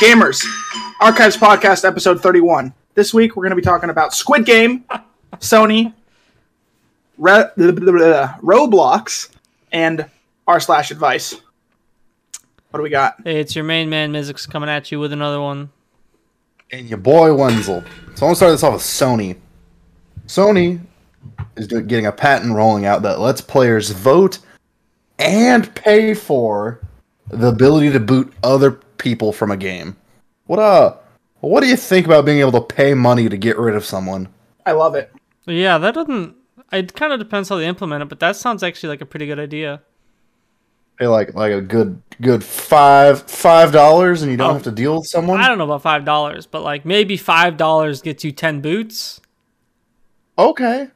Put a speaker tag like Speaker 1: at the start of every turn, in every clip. Speaker 1: Gamers, Archives Podcast, episode 31. This week we're going to be talking about Squid Game, Sony, Re- blah, blah, blah, Roblox, and r slash advice. What do we got?
Speaker 2: Hey, it's your main man, Mizzix, coming at you with another one.
Speaker 3: and your boy Wenzel. So I'm gonna start this off with Sony. Sony is doing, getting a patent rolling out that lets players vote and pay for the ability to boot other people from a game. What uh what do you think about being able to pay money to get rid of someone?
Speaker 1: I love it.
Speaker 2: Yeah, that doesn't. It kind of depends how they implement it, but that sounds actually like a pretty good idea.
Speaker 3: Pay like like a good good five five dollars and you don't have to deal with someone?
Speaker 2: Oh. I don't know about five dollars, but like maybe five dollars gets you ten boots.
Speaker 3: Okay.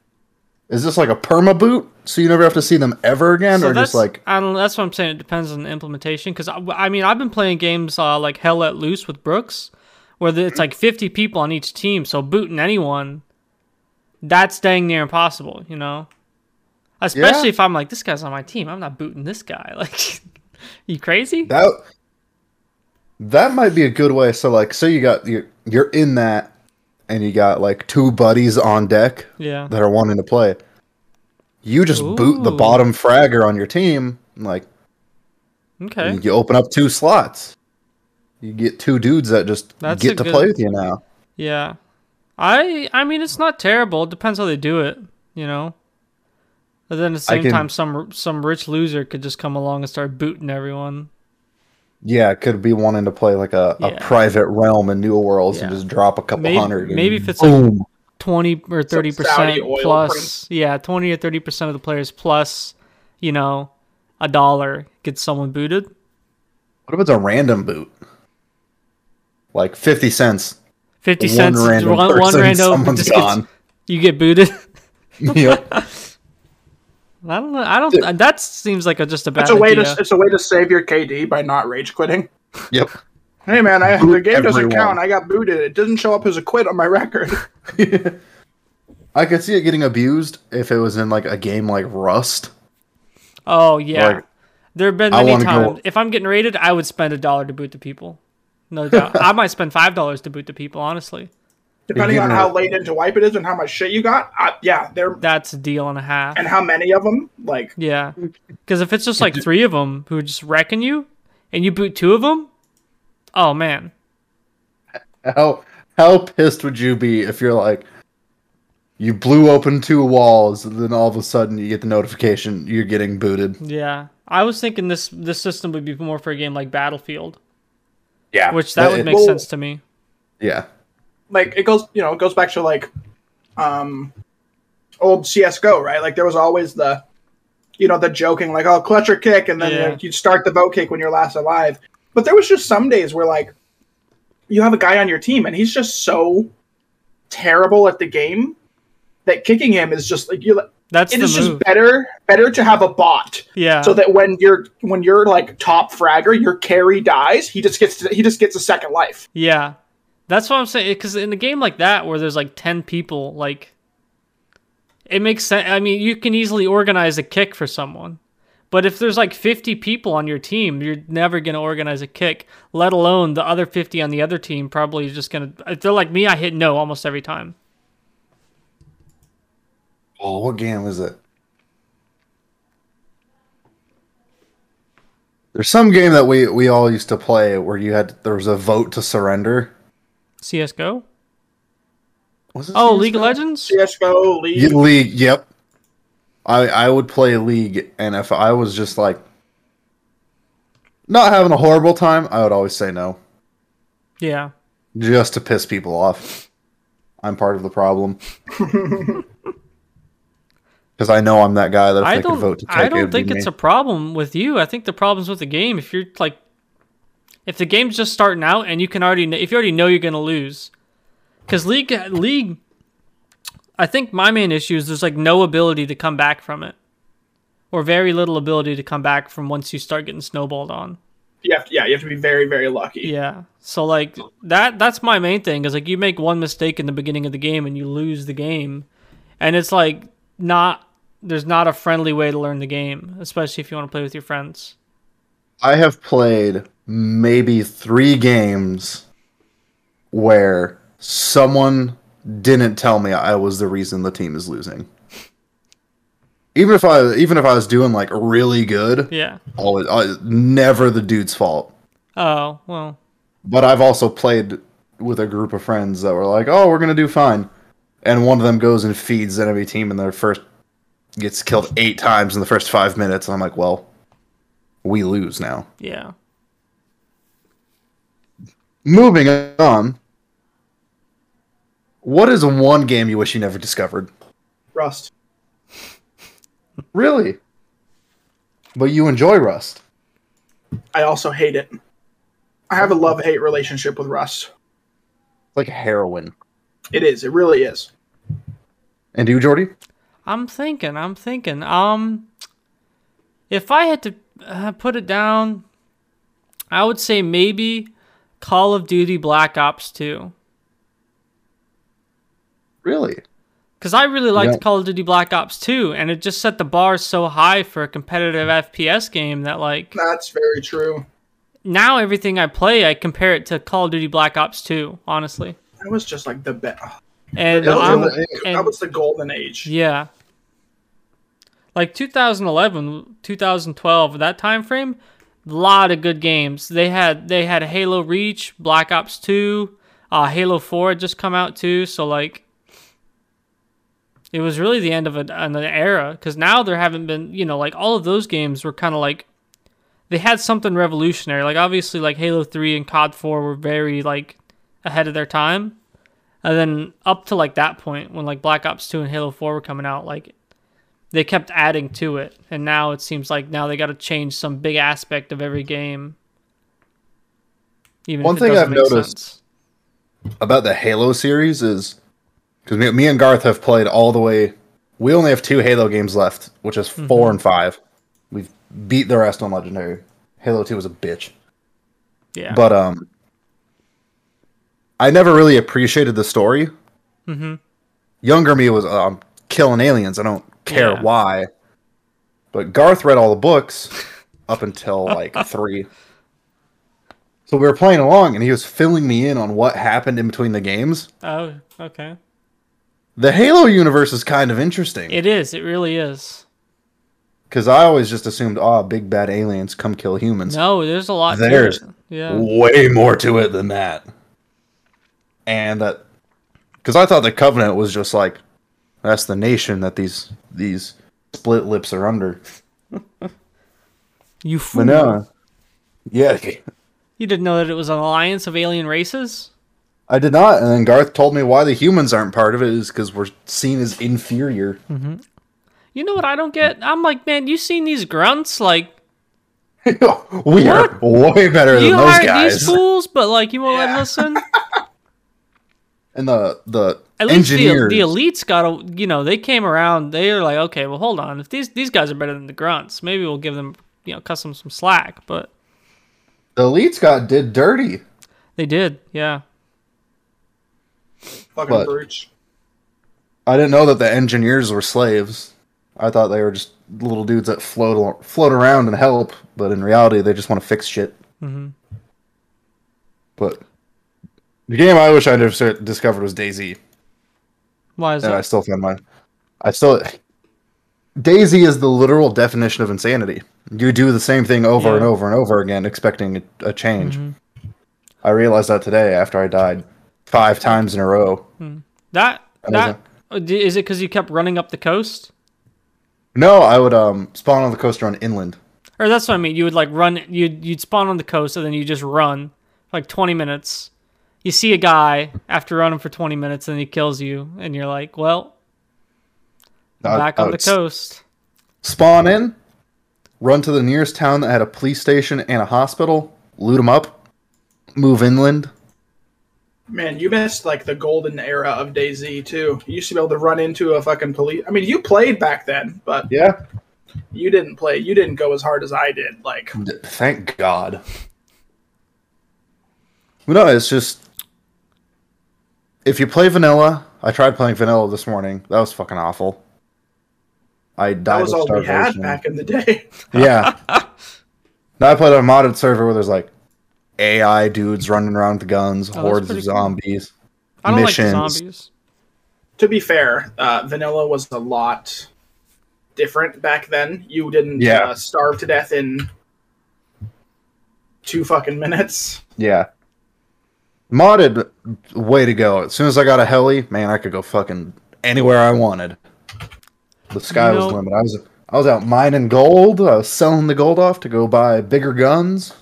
Speaker 3: Is this like a perma boot? So you never have to see them ever again,
Speaker 2: So
Speaker 3: or
Speaker 2: that's
Speaker 3: just like
Speaker 2: I don't. know, That's what I'm saying. It depends on the implementation. Because I, I mean, I've been playing games uh, like Hell Let Loose with Brooks, where the, it's like 50 people on each team. So booting anyone, that's dang near impossible. You know, especially if I'm like this guy's on my team. I'm not booting this guy. Like, you crazy?
Speaker 3: That that might be a good way. So like, say you got you you're in that, and you got like two buddies on deck
Speaker 2: yeah.
Speaker 3: that are wanting to play. You just boot the
Speaker 2: Ooh.
Speaker 3: bottom fragger on your team, and like
Speaker 2: Okay.
Speaker 3: you open up two slots. You get two dudes that just
Speaker 2: That's a
Speaker 3: get to
Speaker 2: good-
Speaker 3: play with you now.
Speaker 2: Yeah. I I mean it's not terrible. It depends how they do it, you know. But then at the
Speaker 3: I
Speaker 2: same
Speaker 3: can-
Speaker 2: time some some rich loser could just come along and start booting everyone.
Speaker 3: Yeah, it could be wanting to play like a, a
Speaker 2: Yeah.
Speaker 3: private realm in New Worlds and
Speaker 2: Yeah.
Speaker 3: just drop a couple
Speaker 2: Maybe-
Speaker 3: hundred. and Oh.
Speaker 2: maybe if it's, like,
Speaker 3: boom.
Speaker 2: 20 or 30%
Speaker 1: Saudi oil
Speaker 2: plus. Yeah, 20 or 30% of the players plus, you know, a dollar gets someone booted.
Speaker 3: what if it's a random boot? Like fifty cents.
Speaker 2: 50
Speaker 3: One
Speaker 2: cents
Speaker 3: random
Speaker 2: one, one
Speaker 3: person,
Speaker 2: random
Speaker 3: someone's
Speaker 2: just gets-
Speaker 3: gone.
Speaker 2: you get booted.
Speaker 3: yep.
Speaker 2: I don't know. I don't that seems like a, just a bad
Speaker 1: It's a way
Speaker 2: idea.
Speaker 1: to it's a way to save your KD by not rage quitting.
Speaker 3: Yep.
Speaker 1: Hey man, I, the
Speaker 3: Boot
Speaker 1: game doesn't
Speaker 3: everyone.
Speaker 1: count. I got booted. It doesn't show up as a quit on my record.
Speaker 3: I could see it getting abused if it was in like a game like Rust.
Speaker 2: Oh yeah.
Speaker 3: Like,
Speaker 2: there have been
Speaker 3: I
Speaker 2: many
Speaker 3: wanna go-
Speaker 2: times. If I'm getting raided, I would spend a dollar to boot the people. No doubt. I might spend five dollars to boot the people. Honestly,
Speaker 1: Depending on
Speaker 3: Beginner.
Speaker 1: how late into wipe it is and how much shit you got, I, yeah, there
Speaker 2: that's a deal and a half.
Speaker 1: and how many of them. Like
Speaker 2: Yeah, because if it's just like three of them who are just wrecking you, and you boot two of them, oh man,
Speaker 3: How how pissed would you be if you're like you blew open two walls and then all of a sudden you get the notification you're getting booted.
Speaker 2: yeah. I was thinking this this system would be more for a game like Battlefield,
Speaker 3: Yeah.
Speaker 2: which that would make
Speaker 1: Well-
Speaker 2: sense to me.
Speaker 3: Yeah.
Speaker 1: like it goes you know it goes back to like um old csgo right like there was always the you know the joking like oh clutch or kick and then you know,
Speaker 2: Yeah.
Speaker 1: you start the vote kick when you're last alive but there was just some days where like you have a guy on your team and he's just so terrible at the game that kicking him is just like you
Speaker 2: That's
Speaker 1: it
Speaker 2: the
Speaker 1: is just
Speaker 2: move.
Speaker 1: better better to have a bot
Speaker 2: yeah.
Speaker 1: so that when you're when you're like top fragger your carry dies he just gets he just gets a second life
Speaker 2: Yeah, that's what I'm saying. Because in a game like that, where there's like ten people, like it makes sense. I mean, you can easily organize a kick for someone, but if there's like fifty people on your team, you're never gonna organize a kick. Let alone the other fifty on the other team. Probably is just gonna. If they're like me, I hit no almost every time.
Speaker 3: Oh, what game is it? There's some game that we we all used to play where you had there was a vote to surrender.
Speaker 2: CS:GO.
Speaker 3: Was it
Speaker 2: Oh,
Speaker 3: CS?
Speaker 2: League of Legends.
Speaker 1: csgo league
Speaker 3: Yeah, league. Yep. I I would play league, and if I was just like not having a horrible time, I would always say no,
Speaker 2: Yeah.
Speaker 3: just to piss people off. I'm part of the problem because I know I'm that guy that if
Speaker 2: I
Speaker 3: they could
Speaker 2: don't.
Speaker 3: vote to take
Speaker 2: I
Speaker 3: it
Speaker 2: don't
Speaker 3: would be
Speaker 2: think it's
Speaker 3: me.
Speaker 2: a problem with you. I think the problem's with the game. If you're like, if the game's just starting out and you can already, kn- if you already know you're gonna lose, because league league, I think my main issue is there's like no ability to come back from it, or very little ability to come back from once you start getting snowballed on.
Speaker 1: you have to, yeah, you have to be very, very lucky.
Speaker 2: Yeah. So like that that's my main thing is like you make one mistake in the beginning of the game and you lose the game. And it's like not there's not a friendly way to learn the game, especially if you want to play with your friends.
Speaker 3: I have played maybe three games where someone didn't tell me I was the reason the team is losing. Even if I even if I was doing like really good,
Speaker 2: Yeah.
Speaker 3: always, always never the dude's fault.
Speaker 2: Oh well.
Speaker 3: But I've also played with a group of friends that were like, "Oh, we're gonna do fine," and one of them goes and feeds the enemy team, and their first gets killed eight times in the first five minutes. And I'm like, "Well, we lose now."
Speaker 2: Yeah.
Speaker 3: Moving on. What is one game you wish you never discovered?
Speaker 1: Rust.
Speaker 3: Really? But you enjoy Rust.
Speaker 1: I also hate it. I have a love hate relationship with Rust.
Speaker 3: Like heroin.
Speaker 1: It is. It really is.
Speaker 3: And you, Jordy?
Speaker 2: I'm thinking. I'm thinking. Um, if I had to uh, put it down, I would say maybe Call of Duty Black Ops Two.
Speaker 3: Really?
Speaker 2: Because I really liked
Speaker 3: Yeah.
Speaker 2: Call of Duty Black Ops 2, and it just set the bar so high for a competitive FPS game that, like,
Speaker 1: That's very true.
Speaker 2: now everything I play, I compare it to Call of Duty Black Ops 2, honestly.
Speaker 1: That was just like the best.
Speaker 2: And,
Speaker 1: That was,
Speaker 2: I'm-
Speaker 1: the,
Speaker 2: and-
Speaker 1: that was the golden age.
Speaker 2: yeah. Like 2011, 2012, that time frame, a lot of good games. They had they had Halo Reach, Black Ops 2, uh, Halo 4 had just come out too, so like it was really the end of an, an era because now there haven't been you know like all of those games were kind of like they had something revolutionary like obviously like halo 3 and cod 4 were very like ahead of their time and then up to like that point when like black ops 2 and halo 4 were coming out like they kept adding to it and now it seems like now they got to change some big aspect of every game even
Speaker 3: One
Speaker 2: if it
Speaker 3: thing
Speaker 2: doesn't
Speaker 3: I've
Speaker 2: make
Speaker 3: noticed-
Speaker 2: sense.
Speaker 3: About the Halo series is because me, me and Garth have played all the way. We only have two Halo games left, which is 4 and five. We've beat the rest on Legendary. Halo Two was a bitch.
Speaker 2: yeah
Speaker 3: but um i never really appreciated the story mm-hmm. younger me was um killing aliens i don't care
Speaker 2: Yeah.
Speaker 3: why but garth read all the books up until like three so we were playing along and he was filling me in on what happened in between the games
Speaker 2: oh okay
Speaker 3: the halo universe is kind of interesting
Speaker 2: It is. It really is.
Speaker 3: because i always just assumed ah big bad aliens come kill humans
Speaker 2: No, there's a lot. to
Speaker 3: There's
Speaker 2: it. Yeah.
Speaker 3: way more to it than that. And that, because I thought the covenant was just like, that's the nation that these these split lips are under.
Speaker 2: You fool.
Speaker 3: But no, yeah,
Speaker 2: You didn't know that it was an alliance of alien races?
Speaker 3: I did not. And then Garth told me why the humans aren't part of it is because we're seen as inferior.
Speaker 2: You know what I don't get? I'm like, man, you seen these grunts? Like,
Speaker 3: we are way better than
Speaker 2: you
Speaker 3: those
Speaker 2: hired these
Speaker 3: guys.
Speaker 2: fools, but like, you won't
Speaker 1: Yeah.
Speaker 2: let listen.
Speaker 3: And the the
Speaker 2: At least the,
Speaker 3: engineers.
Speaker 2: the elites got, a, you know, they came around. They were like, okay, well, hold on. If these these guys are better than the grunts, maybe we'll give them, you know, cut them some slack. But
Speaker 3: the elites got did dirty.
Speaker 2: they did, yeah.
Speaker 1: Fucking
Speaker 3: But-
Speaker 1: brooch.
Speaker 3: I didn't know that the engineers were slaves. I thought they were just little dudes that float al- float around and help, but in reality, they just want to fix shit.
Speaker 2: Mhm.
Speaker 3: But the game I wish I would discovered was Daisy,
Speaker 2: Why is
Speaker 3: and I
Speaker 2: that?
Speaker 3: still find my, I still Daisy is the literal definition of insanity. You do the same thing over
Speaker 2: Yeah.
Speaker 3: and over and over again, expecting a, a change. I realized that today after I died five times in a row.
Speaker 2: That
Speaker 3: was
Speaker 2: that oh, d- is it because you kept running up the coast?
Speaker 3: No, I would um spawn on the coaster on inland.
Speaker 2: Or that's what I mean. You would like run. You'd you'd spawn on the coast and then you just run for like twenty minutes. You see a guy after running for twenty minutes and he kills you, and you're like, "Well,
Speaker 3: I-
Speaker 2: back
Speaker 3: I
Speaker 2: on the
Speaker 3: would s-
Speaker 2: coast."
Speaker 3: spawn in, run to the nearest town that had a police station and a hospital, loot them up, move inland.
Speaker 1: Man, you missed like the golden era of DayZ too. You used to be able to run into a fucking police. I mean, you played back then, but
Speaker 3: Yeah.
Speaker 1: you didn't play. You didn't go as hard as I did. Like,
Speaker 3: Thank God. No, it's just if you play vanilla. I tried playing vanilla this morning. That was fucking awful. I died
Speaker 1: That was
Speaker 3: of
Speaker 1: all we had
Speaker 3: starvation.
Speaker 1: back in the day.
Speaker 3: yeah. now I played on a modded server where there's like AI dudes running around with guns, hordes
Speaker 2: Oh, pretty cool.
Speaker 3: of zombies.
Speaker 2: I don't
Speaker 3: missions.
Speaker 2: like the zombies.
Speaker 1: to be fair, uh, vanilla was a lot different back then. You didn't
Speaker 3: Yeah.
Speaker 1: uh, starve to death in two fucking minutes.
Speaker 3: Yeah. Modded, way to go. As soon as I got a heli, man, I could go fucking anywhere I wanted. The sky
Speaker 2: You
Speaker 3: was the
Speaker 2: know-
Speaker 3: limit. I was I was out mining gold. I was selling the gold off to go buy bigger guns.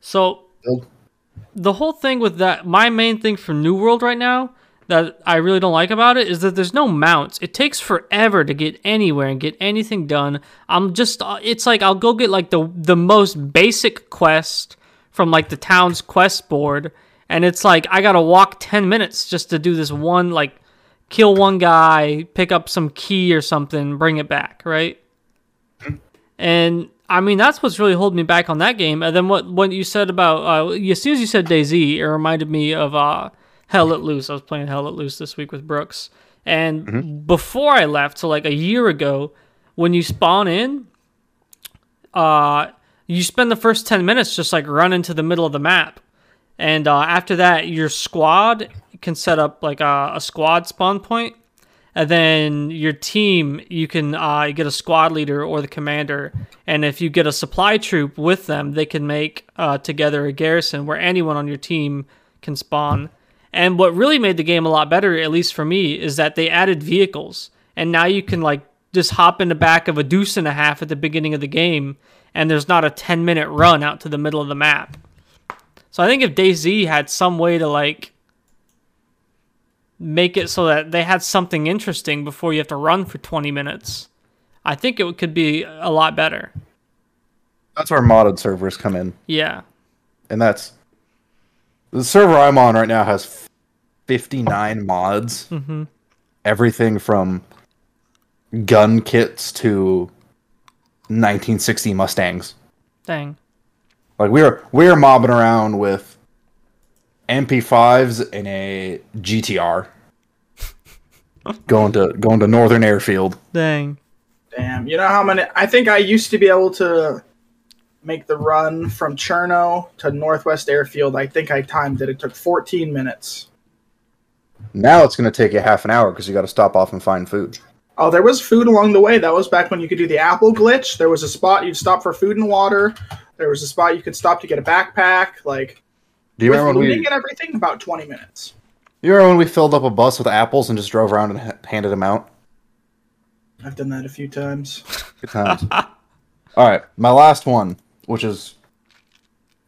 Speaker 2: So
Speaker 3: Nope.
Speaker 2: the whole thing with that, my main thing for New World right now that I really don't like about it is that there's no mounts. It takes forever to get anywhere and get anything done. I'm just, uh, it's like I'll go get like the the most basic quest from like the town's quest board, and it's like I gotta walk ten minutes just to do this one like kill one guy, pick up some key or something, bring it back, right? And I mean, that's what's really holding me back on that game. And then what what you said about uh, as soon as you said DayZ, it reminded me of uh, Hell Let Loose. I was playing Hell Let Loose this week with Brooks, and before I left, so like a year ago, when you spawn in, uh, you spend the first ten minutes just like running to the middle of the map, and uh, after that, your squad can set up like a, a squad spawn point, and then your team you can uh, you get a squad leader or the commander and if you get a supply troop with them they can make uh, together a garrison where anyone on your team can spawn and what really made the game a lot better at least for me is that they added vehicles and now you can like just hop in the back of a deuce and a half at the beginning of the game and there's not a 10 minute run out to the middle of the map so i think if DayZ had some way to like make it so that they had something interesting before you have to run for 20 minutes. I think it could be a lot better.
Speaker 3: That's where modded servers come in.
Speaker 2: Yeah.
Speaker 3: And that's the server I'm on right now has 59 mods. Mm-hmm. Everything from gun kits to 1960 Mustangs.
Speaker 2: Dang.
Speaker 3: Like we were we were mobbing around with MP5s and a GTR. going to going to Northern Airfield.
Speaker 2: Dang.
Speaker 1: Damn, you know how many? I think I used to be able to make the run from Cherno to Northwest Airfield. I think I timed it. It took 14 minutes.
Speaker 3: Now it's going to take you half an hour because you got to stop off and find food.
Speaker 1: Oh, there was food along the way. That was back when you could do the Apple glitch. There was a spot you'd stop for food and water. There was a spot you could stop to get a backpack. Like
Speaker 3: Do you
Speaker 1: with
Speaker 3: remember when
Speaker 1: looting
Speaker 3: we
Speaker 1: and everything, about 20 minutes.
Speaker 3: you remember when we filled up a bus with apples and just drove around and h- handed them out?
Speaker 1: I've done that a few times.
Speaker 3: Good times. All right, my last one, which is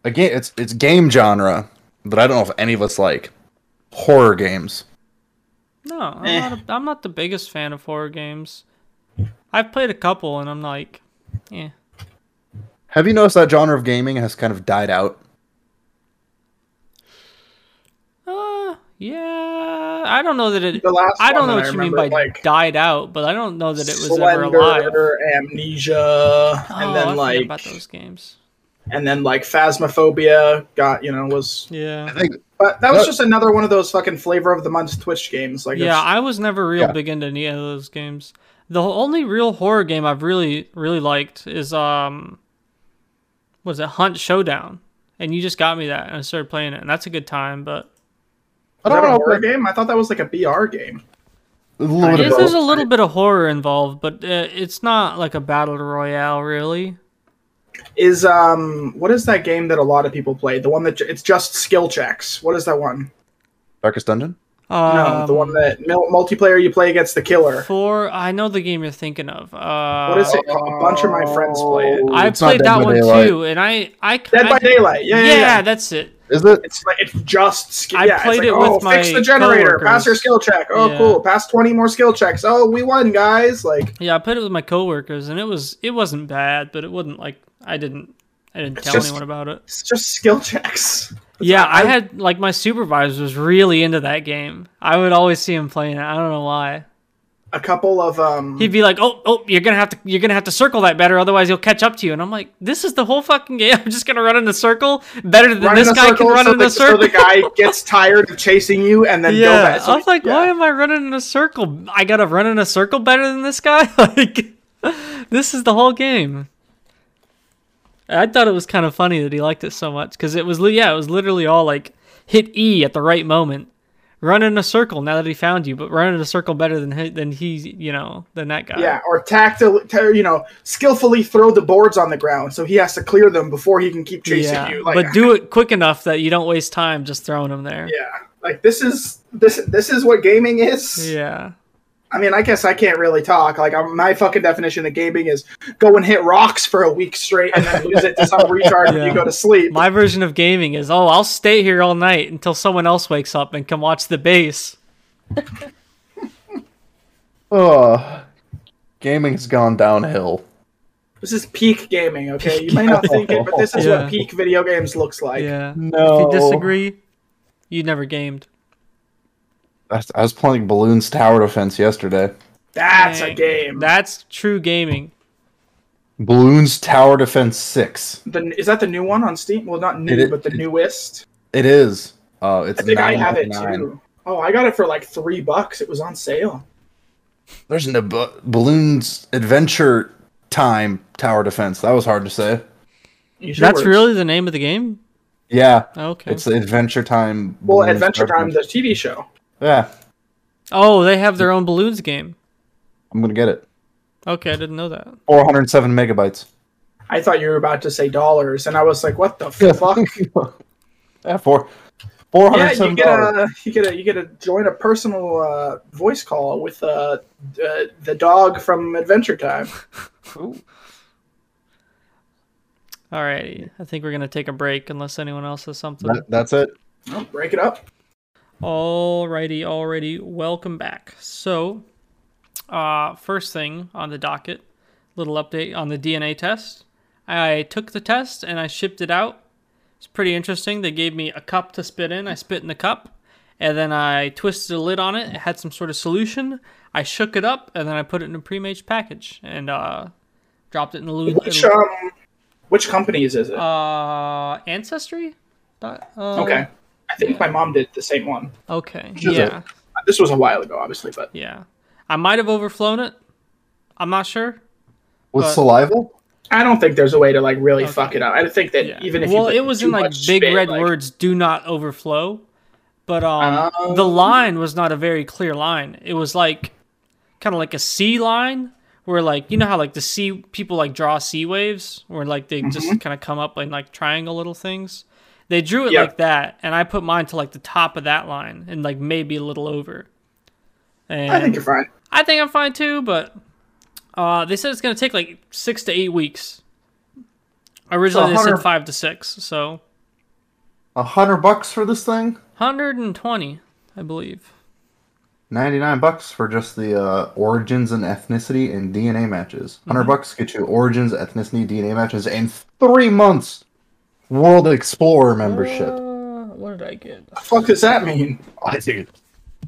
Speaker 3: again, it's it's game genre, but I don't know if any of us like horror games.
Speaker 2: No, I'm,
Speaker 1: Eh.
Speaker 2: not a, I'm not the biggest fan of horror games. I've played a couple and I'm like, eh. yeah.
Speaker 3: Have you noticed that genre of gaming has kind of died out?
Speaker 2: Uh, yeah. I don't know that it.
Speaker 1: The last
Speaker 2: I don't
Speaker 1: one
Speaker 2: know
Speaker 1: that
Speaker 2: what
Speaker 1: I
Speaker 2: you mean by
Speaker 1: remember, like,
Speaker 2: died out, but I don't know that it was ever
Speaker 1: Slender,
Speaker 2: alive.
Speaker 1: amnesia,
Speaker 2: oh,
Speaker 1: and
Speaker 2: I
Speaker 1: then
Speaker 2: forgot
Speaker 1: like
Speaker 2: about those games.
Speaker 1: and then like phasmophobia got you know was
Speaker 2: Yeah.
Speaker 3: I think
Speaker 1: but that was
Speaker 3: That-
Speaker 1: just another one of those fucking flavor of the month Twitch games. Like
Speaker 2: Yeah,
Speaker 1: it's-
Speaker 2: I was never real
Speaker 3: Yeah.
Speaker 2: big into any of those games. The only real horror game I've really really liked is um was it Hunt Showdown. And you just got me that and I started playing it and that's a good time, but
Speaker 3: I
Speaker 1: was
Speaker 3: don't
Speaker 1: that a
Speaker 3: know.
Speaker 1: horror game? I thought that was like a BR game.
Speaker 3: A little bit
Speaker 2: Yes,
Speaker 3: of
Speaker 2: there's a
Speaker 3: both.
Speaker 2: little bit of horror involved, but uh, it's not like a battle royale really.
Speaker 1: Is um what is that game that a lot of people play? The one that ju- it's just skill checks. What is that one?
Speaker 3: Darkest Dungeon.
Speaker 2: Um,
Speaker 1: no, the one that mil- multiplayer you play against the killer.
Speaker 2: for I know the game you're thinking of. Uh
Speaker 1: What is it? called? A bunch of my friends play it.
Speaker 2: I
Speaker 3: It's not
Speaker 2: played
Speaker 3: Dead
Speaker 2: that
Speaker 3: by
Speaker 2: one
Speaker 3: Daylight.
Speaker 2: too and I I
Speaker 1: Dead by
Speaker 2: I-
Speaker 1: Daylight. Yeah, yeah.
Speaker 2: yeah,
Speaker 1: yeah.
Speaker 2: that's it.
Speaker 3: Is it?
Speaker 1: It's like it's just skill.
Speaker 2: I
Speaker 1: yeah, it's
Speaker 2: played
Speaker 1: like,
Speaker 2: it
Speaker 1: oh,
Speaker 2: with
Speaker 1: fix
Speaker 2: my
Speaker 1: the generator. Pass your
Speaker 2: coworkers.
Speaker 1: skill check. Oh,
Speaker 2: Yeah.
Speaker 1: cool. Pass twenty more skill checks. Oh, we won, guys. Like
Speaker 2: Yeah, I played it with my coworkers, and it was it wasn't bad, but it wasn't like I didn't I didn't tell
Speaker 1: just-
Speaker 2: anyone about it.
Speaker 1: it's just skill checks.
Speaker 2: Yeah, I
Speaker 1: I-
Speaker 2: had like my supervisor was really into that game. I would always see him playing it. I don't know why.
Speaker 1: A couple of um.
Speaker 2: He'd be like, "Oh, oh, you're gonna have to you're gonna have to circle that better, otherwise he'll catch up to you." And I'm like, "This is the whole fucking game. I'm just gonna run in a circle. Better than
Speaker 1: run
Speaker 2: this
Speaker 1: in a
Speaker 2: guy
Speaker 1: circle
Speaker 2: can run
Speaker 1: so
Speaker 2: in a
Speaker 1: the, so
Speaker 2: circle."
Speaker 1: the guy gets tired of chasing you and then go
Speaker 2: yeah,
Speaker 1: back. So
Speaker 2: I was like,
Speaker 1: yeah.
Speaker 2: "Why am I running in a circle? I gotta run in a circle better than this guy." like, This is the whole game. I thought it was kind of funny that he liked it so much because it was, li- yeah, it was literally all like hit E at the right moment, run in a circle. Now that he found you, but run in a circle better than he, than he, you know, than that guy.
Speaker 1: Yeah, or tactile, t- you know, skillfully throw the boards on the ground so he has to clear them before he can keep chasing
Speaker 2: yeah.
Speaker 1: you. Like,
Speaker 2: but do it quick enough that you don't waste time just throwing him there.
Speaker 1: yeah, like this is this this is what gaming is.
Speaker 2: Yeah.
Speaker 1: I mean, I guess I can't really talk. Like, I'm, my fucking definition of gaming is go and hit rocks for a week straight and then lose it to some retard when
Speaker 2: Yeah.
Speaker 1: you go to sleep.
Speaker 2: My version of gaming is, oh, I'll stay here all night until someone else wakes up and can watch the base.
Speaker 3: Oh, gaming's gone downhill.
Speaker 1: this is peak gaming, okay? You may not think it, but this is
Speaker 2: Yeah.
Speaker 1: what peak video games looks like.
Speaker 2: yeah.
Speaker 3: No.
Speaker 2: If you disagree, you never gamed.
Speaker 3: I, I was playing Balloons Tower Defense yesterday.
Speaker 1: That's a
Speaker 2: Dang.
Speaker 1: game.
Speaker 2: That's true gaming.
Speaker 3: Balloons Tower Defense 6.
Speaker 1: The, is that the new one on Steam? Well, not new,
Speaker 3: It is-
Speaker 1: but the
Speaker 3: it-
Speaker 1: newest.
Speaker 3: It is. Uh, it's
Speaker 1: I think I have it
Speaker 3: $9.99.
Speaker 1: too. Oh, I got it for like three bucks. It was on sale.
Speaker 3: There's no bu- Balloons Adventure Time Tower Defense. That was hard to say.
Speaker 1: You should
Speaker 2: That's
Speaker 1: work.
Speaker 2: really the name of the game?
Speaker 3: Yeah.
Speaker 2: Okay.
Speaker 3: It's Adventure Time.
Speaker 1: well.
Speaker 3: Balloons
Speaker 1: Adventure
Speaker 3: Tower
Speaker 1: Time, the
Speaker 3: Defense.
Speaker 1: TV show.
Speaker 3: Yeah.
Speaker 2: Oh, they have their own balloons game.
Speaker 3: I'm going to get it.
Speaker 2: Okay, I didn't know that.
Speaker 3: 407 megabytes.
Speaker 1: I thought you were about to say dollars, and I was like, "What the fuck?"
Speaker 3: yeah, four,
Speaker 1: yeah,
Speaker 3: 407
Speaker 1: you get a you get a you get to join a personal uh, voice call with uh, uh, the dog from Adventure Time. uh,
Speaker 2: Alrighty. I think we're going to take a break unless anyone else has something.
Speaker 3: That, that's it.
Speaker 1: Oh, break it up.
Speaker 2: Alrighty, alrighty. Welcome back. So, uh, first thing on the docket, little update on the DNA test. I took the test and I shipped it out. It's pretty interesting. They gave me a cup to spit in. I spit in the cup, and then I twisted a lid on it. It had some sort of solution. I shook it up, and then I put it in a pre-made package and uh, dropped it in the loo.
Speaker 1: Which um, which companies is it?
Speaker 2: uh, ancestry. Dot- Uh,
Speaker 1: okay, I think my mom did the same one.
Speaker 2: Okay.
Speaker 3: is it?
Speaker 2: Yeah.
Speaker 1: This was a while ago, obviously, but
Speaker 2: Yeah. I might have overflown it. I'm not sure.
Speaker 3: With
Speaker 2: But-
Speaker 3: saliva?
Speaker 1: I don't think there's a way to like really fuck it up. I think that
Speaker 2: Yeah.
Speaker 1: even if you
Speaker 2: well,
Speaker 1: put
Speaker 2: it was
Speaker 1: too
Speaker 2: in like big
Speaker 1: much spit,
Speaker 2: red
Speaker 1: like-
Speaker 2: words, do not overflow. But um
Speaker 1: Oh.
Speaker 2: the line was not a very clear line. It was like kind of like a C line where like you know how like the sea people like draw sea waves where like they
Speaker 1: Mm-hmm.
Speaker 2: just kind of come up in like triangle little things. They drew it
Speaker 1: Yeah.
Speaker 2: like that and I put mine to like the top of that line and like maybe a little over. And
Speaker 1: I think you're fine.
Speaker 2: I think I'm fine too, but uh, they said it's gonna take like six to eight weeks. Originally they said
Speaker 3: 100
Speaker 2: five to six, so
Speaker 3: A hundred bucks for this thing?
Speaker 2: 120, I believe.
Speaker 3: 99 bucks for just the uh, origins and ethnicity and DNA matches. 100
Speaker 1: Mm-hmm.
Speaker 3: bucks get you origins, ethnicity, DNA matches, and three months World Explorer membership.
Speaker 2: Uh, what did I get?
Speaker 1: The fuck does that mean?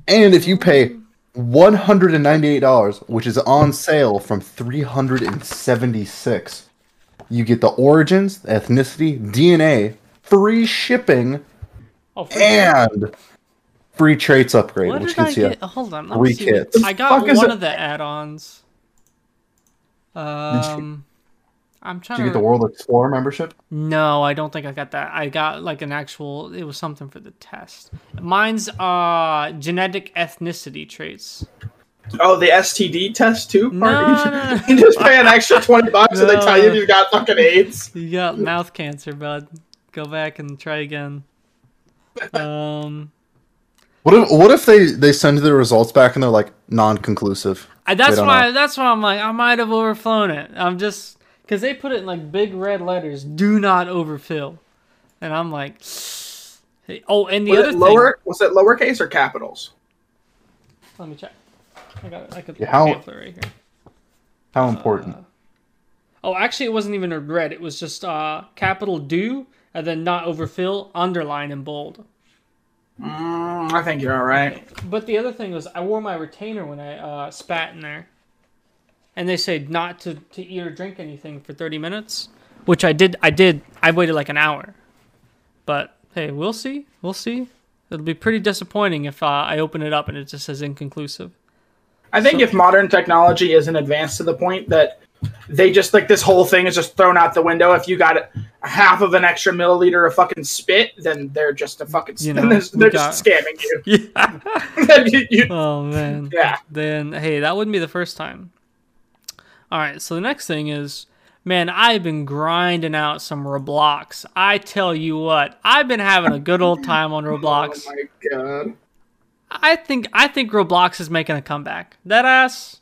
Speaker 3: And if you pay $198, which is on sale from 376, you get the origins, ethnicity, DNA, free shipping,
Speaker 2: Oh, free-
Speaker 3: and free traits upgrade,
Speaker 2: what
Speaker 3: which you
Speaker 2: did
Speaker 3: can
Speaker 2: I
Speaker 3: see
Speaker 2: get? Hold on, let me
Speaker 3: three
Speaker 2: see what-
Speaker 3: kits.
Speaker 2: I got
Speaker 1: Fuck is
Speaker 2: one
Speaker 1: it-
Speaker 2: of the add-ons.
Speaker 3: you-
Speaker 2: Um, I'm trying
Speaker 3: Did
Speaker 2: to.
Speaker 3: you get the World Explorer membership?
Speaker 2: No, I don't think I got that. I got like an actual. It was something for the test. Mine's uh genetic ethnicity traits.
Speaker 1: Oh, the STD test too?
Speaker 2: No,
Speaker 1: Party?
Speaker 2: no, no.
Speaker 1: you just pay an extra twenty bucks and they tell you
Speaker 2: No.
Speaker 1: you've got fucking AIDS.
Speaker 2: You got mouth cancer, bud. Go back and try again. Um,
Speaker 3: What if what if they they send the results back and they're like non-conclusive?
Speaker 2: I, that's
Speaker 3: We don't
Speaker 2: why.
Speaker 3: know.
Speaker 2: That's why I'm like I might have overflown it. I'm just because they put it in like big red letters. Do not overfill. And I'm like, hey, oh, and the
Speaker 1: Was
Speaker 2: other
Speaker 1: it lower? Was it lowercase or capitals?
Speaker 2: thing. Let me check. I got it. I could
Speaker 3: Yeah, how-
Speaker 2: pamphlet right here.
Speaker 3: How important?
Speaker 2: Uh. Oh, actually, it wasn't even a red. It was just uh capital do and then not overfill, underline in bold.
Speaker 1: Mm, I think you're all right.
Speaker 2: But the other thing was, I wore my retainer when I uh, spat in there, and they say not to, to eat or drink anything for thirty minutes, which I did. I did. I waited like an hour, but hey, we'll see. We'll see. It'll be pretty disappointing if uh, I open it up and it just says inconclusive.
Speaker 1: I think if modern technology isn't advanced to the point that they just like this whole thing is just thrown out the window. If you got a half of an extra milliliter of fucking spit, then they're just a fucking
Speaker 2: You
Speaker 1: you
Speaker 2: know,
Speaker 1: they're,
Speaker 2: we
Speaker 1: they're
Speaker 2: got-
Speaker 1: just scamming you.
Speaker 2: Yeah.
Speaker 1: Then you- you-
Speaker 2: Oh man.
Speaker 1: Yeah.
Speaker 2: Then hey, that wouldn't be the first time. All right. So the next thing is, man, I've been grinding out some Roblox. I tell you what, I've been having a good old time on Roblox.
Speaker 1: Oh my god.
Speaker 2: I think I think Roblox is making a comeback. That ass.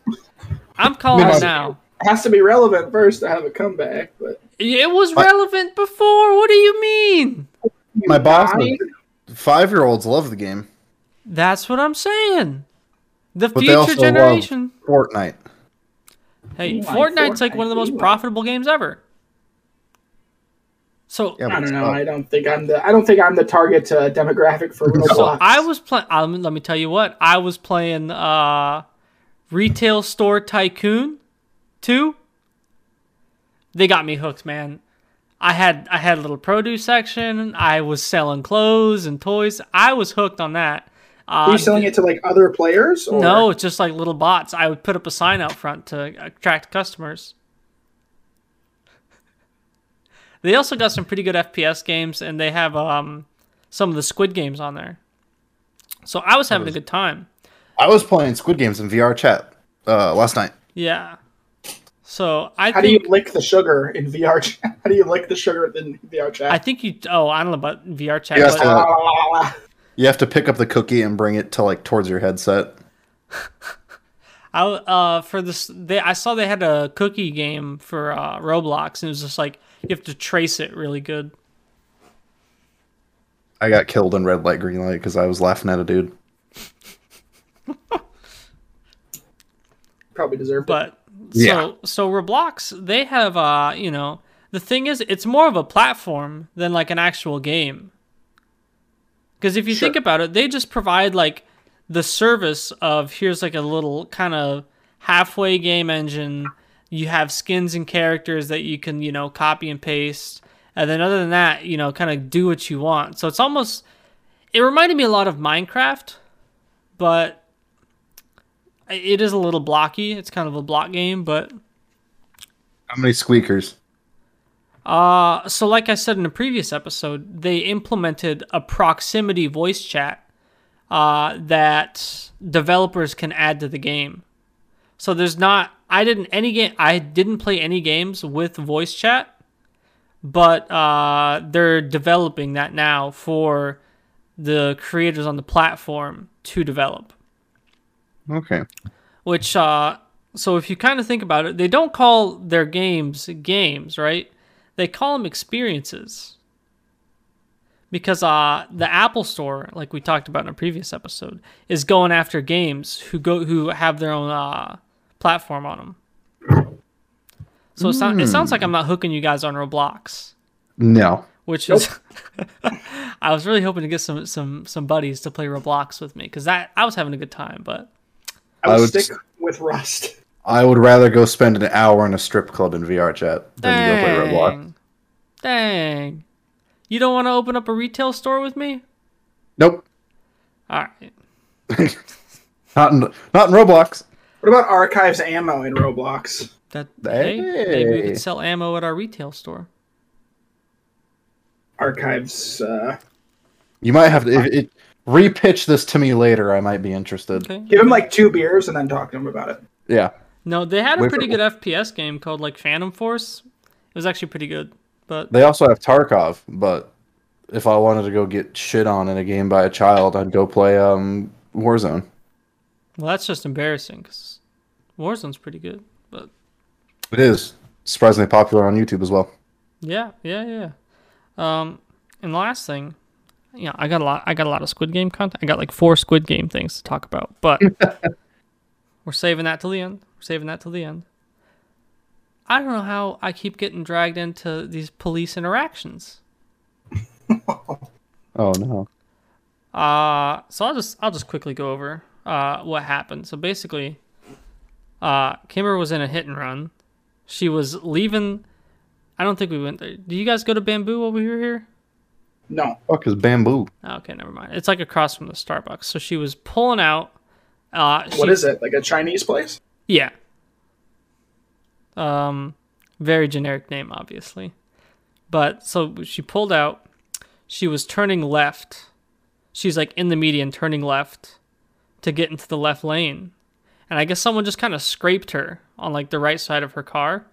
Speaker 2: I'm calling
Speaker 3: Yeah.
Speaker 2: it now.
Speaker 1: It has to be relevant first to have a comeback, but
Speaker 2: It was
Speaker 3: I-
Speaker 2: relevant before. What do you mean?
Speaker 3: My boss,
Speaker 1: Nine?
Speaker 3: five year olds love the game,
Speaker 2: That's what I'm saying. The
Speaker 3: but they
Speaker 2: future
Speaker 3: also
Speaker 2: generation.
Speaker 3: love Fortnite.
Speaker 2: Hey,
Speaker 1: Eli,
Speaker 2: Fortnite's like one of the
Speaker 1: Fortnite,
Speaker 2: most
Speaker 1: Eli.
Speaker 2: profitable games ever. So,
Speaker 3: Yeah,
Speaker 1: I
Speaker 3: but
Speaker 1: don't
Speaker 3: it's
Speaker 1: know.
Speaker 3: not.
Speaker 1: I don't think I'm the I don't think I'm the target uh, demographic for Roblox.
Speaker 2: so I was playing. Let me tell you what I was playing. Uh, Retail Store Tycoon, two. They got me hooked, man. I had I had a little produce section. I was selling clothes and toys. I was hooked on that. Uh,
Speaker 1: Are you selling it to like other players? Or?
Speaker 2: No, it's just like little bots. I would put up a sign out front to attract customers. They also got some pretty good FPS games, and they have um, some of the Squid games on there. So I was having a good time.
Speaker 3: I was playing Squid Games in VR chat uh, last night.
Speaker 2: Yeah. So I
Speaker 1: How do you
Speaker 2: think
Speaker 1: lick the sugar in VR chat? How do you lick the sugar in VR
Speaker 2: I
Speaker 1: chat?
Speaker 2: think you. Oh, I don't know about VR chat.
Speaker 3: You have,
Speaker 2: but,
Speaker 3: to,
Speaker 1: Ah,
Speaker 3: you have to pick up the cookie and bring it to like towards your headset.
Speaker 2: I uh for this they I saw they had a cookie game for uh, Roblox and it was just like you have to trace it really good.
Speaker 3: I got killed in red light, green light because I was laughing at a dude.
Speaker 1: probably deserved it.
Speaker 2: But
Speaker 3: Yeah.
Speaker 2: so so Roblox, they have uh, you know, the thing is it's more of a platform than like an actual game. Cuz if you think
Speaker 1: Sure.
Speaker 2: about it, they just provide like the service of here's like a little kind of halfway game engine. You have skins and characters that you can, you know, copy and paste. And then other than that, you know, kind of do what you want. So it's almost it reminded me a lot of Minecraft, but it is a little blocky. It's kind of a block game, but
Speaker 3: How many squeakers?
Speaker 2: uh so like I said in a previous episode, they implemented a proximity voice chat uh that developers can add to the game. So there's not I didn't any game I didn't play any games with voice chat, but uh they're developing that now for the creators on the platform to develop.
Speaker 3: Okay.
Speaker 2: which uh so if you kind of think about it they don't call their games games right they call them experiences because uh the apple store like we talked about in a previous episode is going after games who go who have their own uh platform on them so it, sound, it sounds like i'm not hooking you guys on roblox
Speaker 3: No.
Speaker 2: which is i was really hoping to get some some some buddies to play roblox with me because that i was having a good time but
Speaker 1: I
Speaker 3: I
Speaker 1: would,
Speaker 3: would
Speaker 1: stick
Speaker 3: s-
Speaker 1: with Rust.
Speaker 3: I would rather go spend an hour in a strip club in VR chat than
Speaker 2: Dang.
Speaker 3: go play Roblox.
Speaker 2: Dang. You don't want to open up a retail store with me?
Speaker 3: Nope.
Speaker 2: All right.
Speaker 3: Not in not in Roblox.
Speaker 1: What about archives ammo in Roblox?
Speaker 2: That hey, maybe we
Speaker 3: Hey.
Speaker 2: could sell ammo at our retail store.
Speaker 1: Archives. Uh,
Speaker 3: You might have to if it, repitch this to me later. I might be interested.
Speaker 2: Okay.
Speaker 1: give him like two beers and then talk to him about it.
Speaker 3: Yeah.
Speaker 2: No, they had a
Speaker 3: Wait
Speaker 2: pretty
Speaker 3: for-
Speaker 2: good FPS game called like Phantom Force. It was actually pretty good, but
Speaker 3: They also have Tarkov, but if I wanted to go get shit on in a game by a child, I'd go play um Warzone.
Speaker 2: well, that's just embarrassing because Warzone's pretty good. But
Speaker 3: It is surprisingly popular on YouTube as well.
Speaker 2: yeah, yeah, yeah. Um, and the last thing, yeah, I got a lot. I got a lot of Squid Game content. I got like four Squid Game things to talk about, but we're saving that till the end. We're saving that till the end. I don't know how I keep getting dragged into these police interactions.
Speaker 3: Oh no.
Speaker 2: Uh, so I'll just I'll just quickly go over uh, what happened. So basically, uh, Kimber was in a hit and run. She was leaving. I don't think we went there. Do you guys go to Bamboo while we were here?
Speaker 1: No.
Speaker 3: Fuck is bamboo.
Speaker 2: Oh, Okay, never mind. It's like across from the Starbucks. So she was pulling out Uh,
Speaker 1: What
Speaker 2: she-
Speaker 1: is it? Like a Chinese place?
Speaker 2: Yeah. Um, very generic name, obviously. But so she pulled out. She was turning left. She's like in the median, turning left to get into the left lane. And I guess someone just kind of scraped her on like the right side of her car.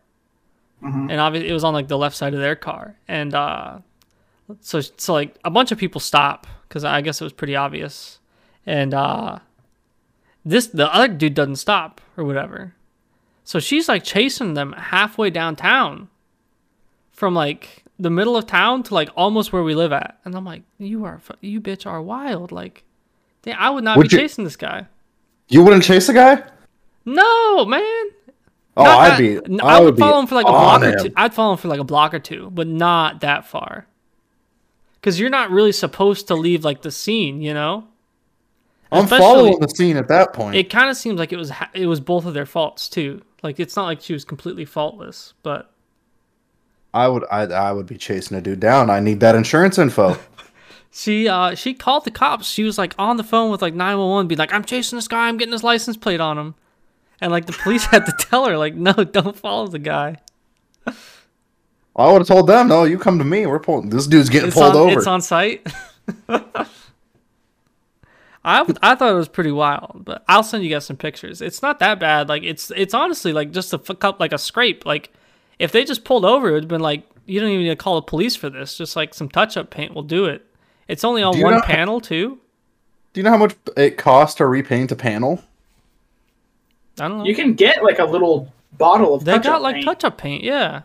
Speaker 3: Mm-hmm.
Speaker 2: And obviously, it was on like the left side of their car. And uh, so, so like a bunch of people stop because I guess it was pretty obvious. And uh, this the other dude doesn't stop or whatever. So she's like chasing them halfway downtown from like the middle of town to like almost where we live at. And I'm like, you are fu- you bitch are wild. Like, damn, I would not
Speaker 3: Would
Speaker 2: be
Speaker 3: you-
Speaker 2: chasing this guy.
Speaker 3: You wouldn't chase the guy?
Speaker 2: No, man.
Speaker 3: Oh,
Speaker 2: Not
Speaker 3: I'd
Speaker 2: that-
Speaker 3: be.
Speaker 2: n-
Speaker 3: I,
Speaker 2: I
Speaker 3: would
Speaker 2: would follow him for like a block or
Speaker 3: him.
Speaker 2: two. I'd follow him for like a block or two, but not that far. Because you're not really supposed to leave like the scene, you know.
Speaker 3: I'm
Speaker 2: especially-
Speaker 3: following the scene at that point.
Speaker 2: It kind of seems like it was ha- it was both of their faults too. Like it's not like she was completely faultless, but
Speaker 3: I would. I, I would be chasing a dude down. I need that insurance info.
Speaker 2: she uh she called the cops. She was like on the phone with like 911 being like I'm chasing this guy. I'm getting his license plate on him. And like the police had to tell her like no, don't follow the guy.
Speaker 3: I would have told them, no, you come to me. We're pulling. This dude's getting
Speaker 2: it's
Speaker 3: pulled
Speaker 2: on,
Speaker 3: over.
Speaker 2: It's on site. I, I thought it was pretty wild, but I'll send you guys some pictures. It's not that bad. Like it's it's honestly like just a fuck up, like a scrape. Like if they just pulled over, it'd been like you don't even need to call the police for this. Just like some touch up paint will do it. It's only on
Speaker 3: Do you
Speaker 2: one
Speaker 3: know-
Speaker 2: panel too.
Speaker 3: Do you know how much it costs to repaint a panel?
Speaker 2: I don't know.
Speaker 1: You can get like a little bottle of
Speaker 2: they
Speaker 1: touch-up
Speaker 2: got like
Speaker 1: paint.
Speaker 2: touch up paint. Yeah,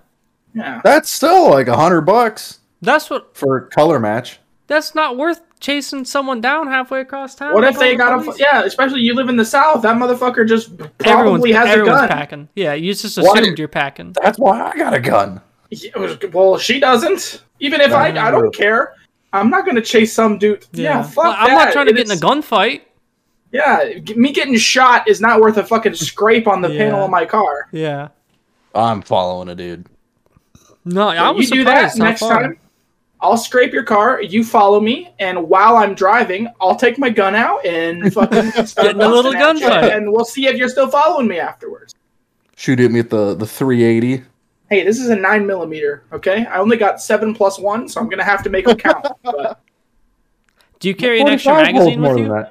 Speaker 1: Yeah.
Speaker 3: That's still like a hundred bucks
Speaker 2: that's what.
Speaker 3: for color match.
Speaker 2: That's not worth chasing someone down halfway across town.
Speaker 1: What
Speaker 2: and
Speaker 1: if they got
Speaker 2: calling the
Speaker 1: a
Speaker 2: police.
Speaker 1: yeah? Especially you live in the south. That motherfucker just
Speaker 2: Everyone's,
Speaker 1: probably has a
Speaker 2: everyone's
Speaker 1: gun.
Speaker 2: packing. Yeah, you just
Speaker 3: Why
Speaker 2: assumed
Speaker 3: did-
Speaker 2: you're packing.
Speaker 3: That's why I got a gun.
Speaker 1: Yeah, it was- well, she doesn't. Even if I, I don't care. I'm not gonna chase some dude. Yeah, fuck
Speaker 2: Well, I'm
Speaker 1: that.
Speaker 2: not trying to
Speaker 1: It
Speaker 2: get in a
Speaker 1: is-
Speaker 2: gunfight.
Speaker 1: Yeah, g- me getting shot is not worth a fucking scrape on the
Speaker 2: Yeah.
Speaker 1: panel of my car.
Speaker 2: Yeah.
Speaker 3: I'm following a dude.
Speaker 2: No, I was
Speaker 1: you do that
Speaker 2: surprised how
Speaker 1: next
Speaker 2: far.
Speaker 1: time. I'll scrape your car. You follow me, and while I'm driving, I'll take my gun out and fucking start
Speaker 2: Getting a little
Speaker 1: busting at you,
Speaker 2: gunfight.
Speaker 1: and we'll see if you're still following me afterwards.
Speaker 3: Shoot at me with the the 380.
Speaker 1: hey, this is a nine millimeter. Okay, I only got seven plus one, so I'm gonna have to make it count. but
Speaker 2: Do you carry an extra
Speaker 3: 45 holds
Speaker 2: magazine
Speaker 3: more
Speaker 2: with
Speaker 3: than
Speaker 2: you?
Speaker 3: that.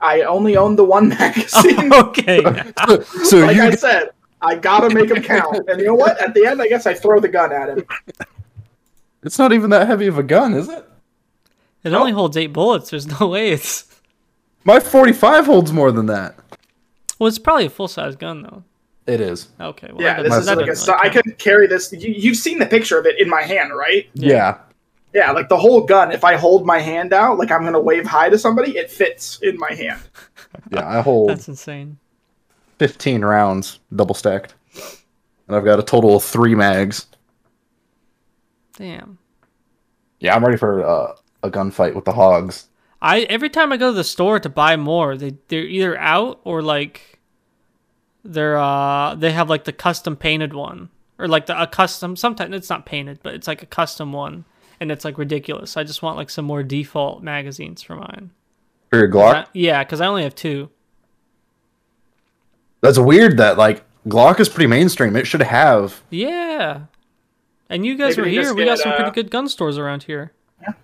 Speaker 1: I only own the one magazine.
Speaker 2: okay.
Speaker 3: So, so
Speaker 1: like
Speaker 3: you
Speaker 1: I
Speaker 3: get-
Speaker 1: said, I gotta make him count. And you know what? At the end, I guess I throw the gun at him.
Speaker 3: it's not even that heavy of a gun, is it?
Speaker 2: It only holds eight bullets. There's no way it's.
Speaker 3: My 45 holds more than that.
Speaker 2: Well, it's probably a full size gun though.
Speaker 3: It is.
Speaker 2: Okay. Well,
Speaker 1: Yeah,
Speaker 2: that
Speaker 1: this
Speaker 2: doesn't-
Speaker 1: is
Speaker 2: that
Speaker 1: like a.
Speaker 2: doesn't
Speaker 1: So
Speaker 2: really
Speaker 1: I
Speaker 2: count.
Speaker 1: could carry this. You, you've seen the picture of it in my hand, right?
Speaker 3: Yeah.
Speaker 1: Yeah, like the whole gun. If I hold my hand out, like I'm gonna wave hi to somebody, it fits in my hand.
Speaker 3: Yeah, I hold
Speaker 2: That's insane.
Speaker 3: 15 rounds double stacked. And I've got a total of 3 mags.
Speaker 2: Damn.
Speaker 3: Yeah, I'm ready for uh, a gunfight with the hogs.
Speaker 2: I every time I go to the store to buy more, they they're either out or like they're uh they have like the custom painted one or like the a custom sometimes it's not painted, but it's like a custom one and it's like ridiculous. I just want like some more default magazines for mine.
Speaker 3: For your Glock?
Speaker 2: I- yeah, cuz I only have two.
Speaker 3: That's weird that like Glock is pretty mainstream. It should have
Speaker 2: Yeah. And you guys
Speaker 1: Maybe they
Speaker 2: were
Speaker 1: just
Speaker 2: here. We got
Speaker 1: get,
Speaker 2: some
Speaker 1: uh,
Speaker 2: pretty good gun stores around here.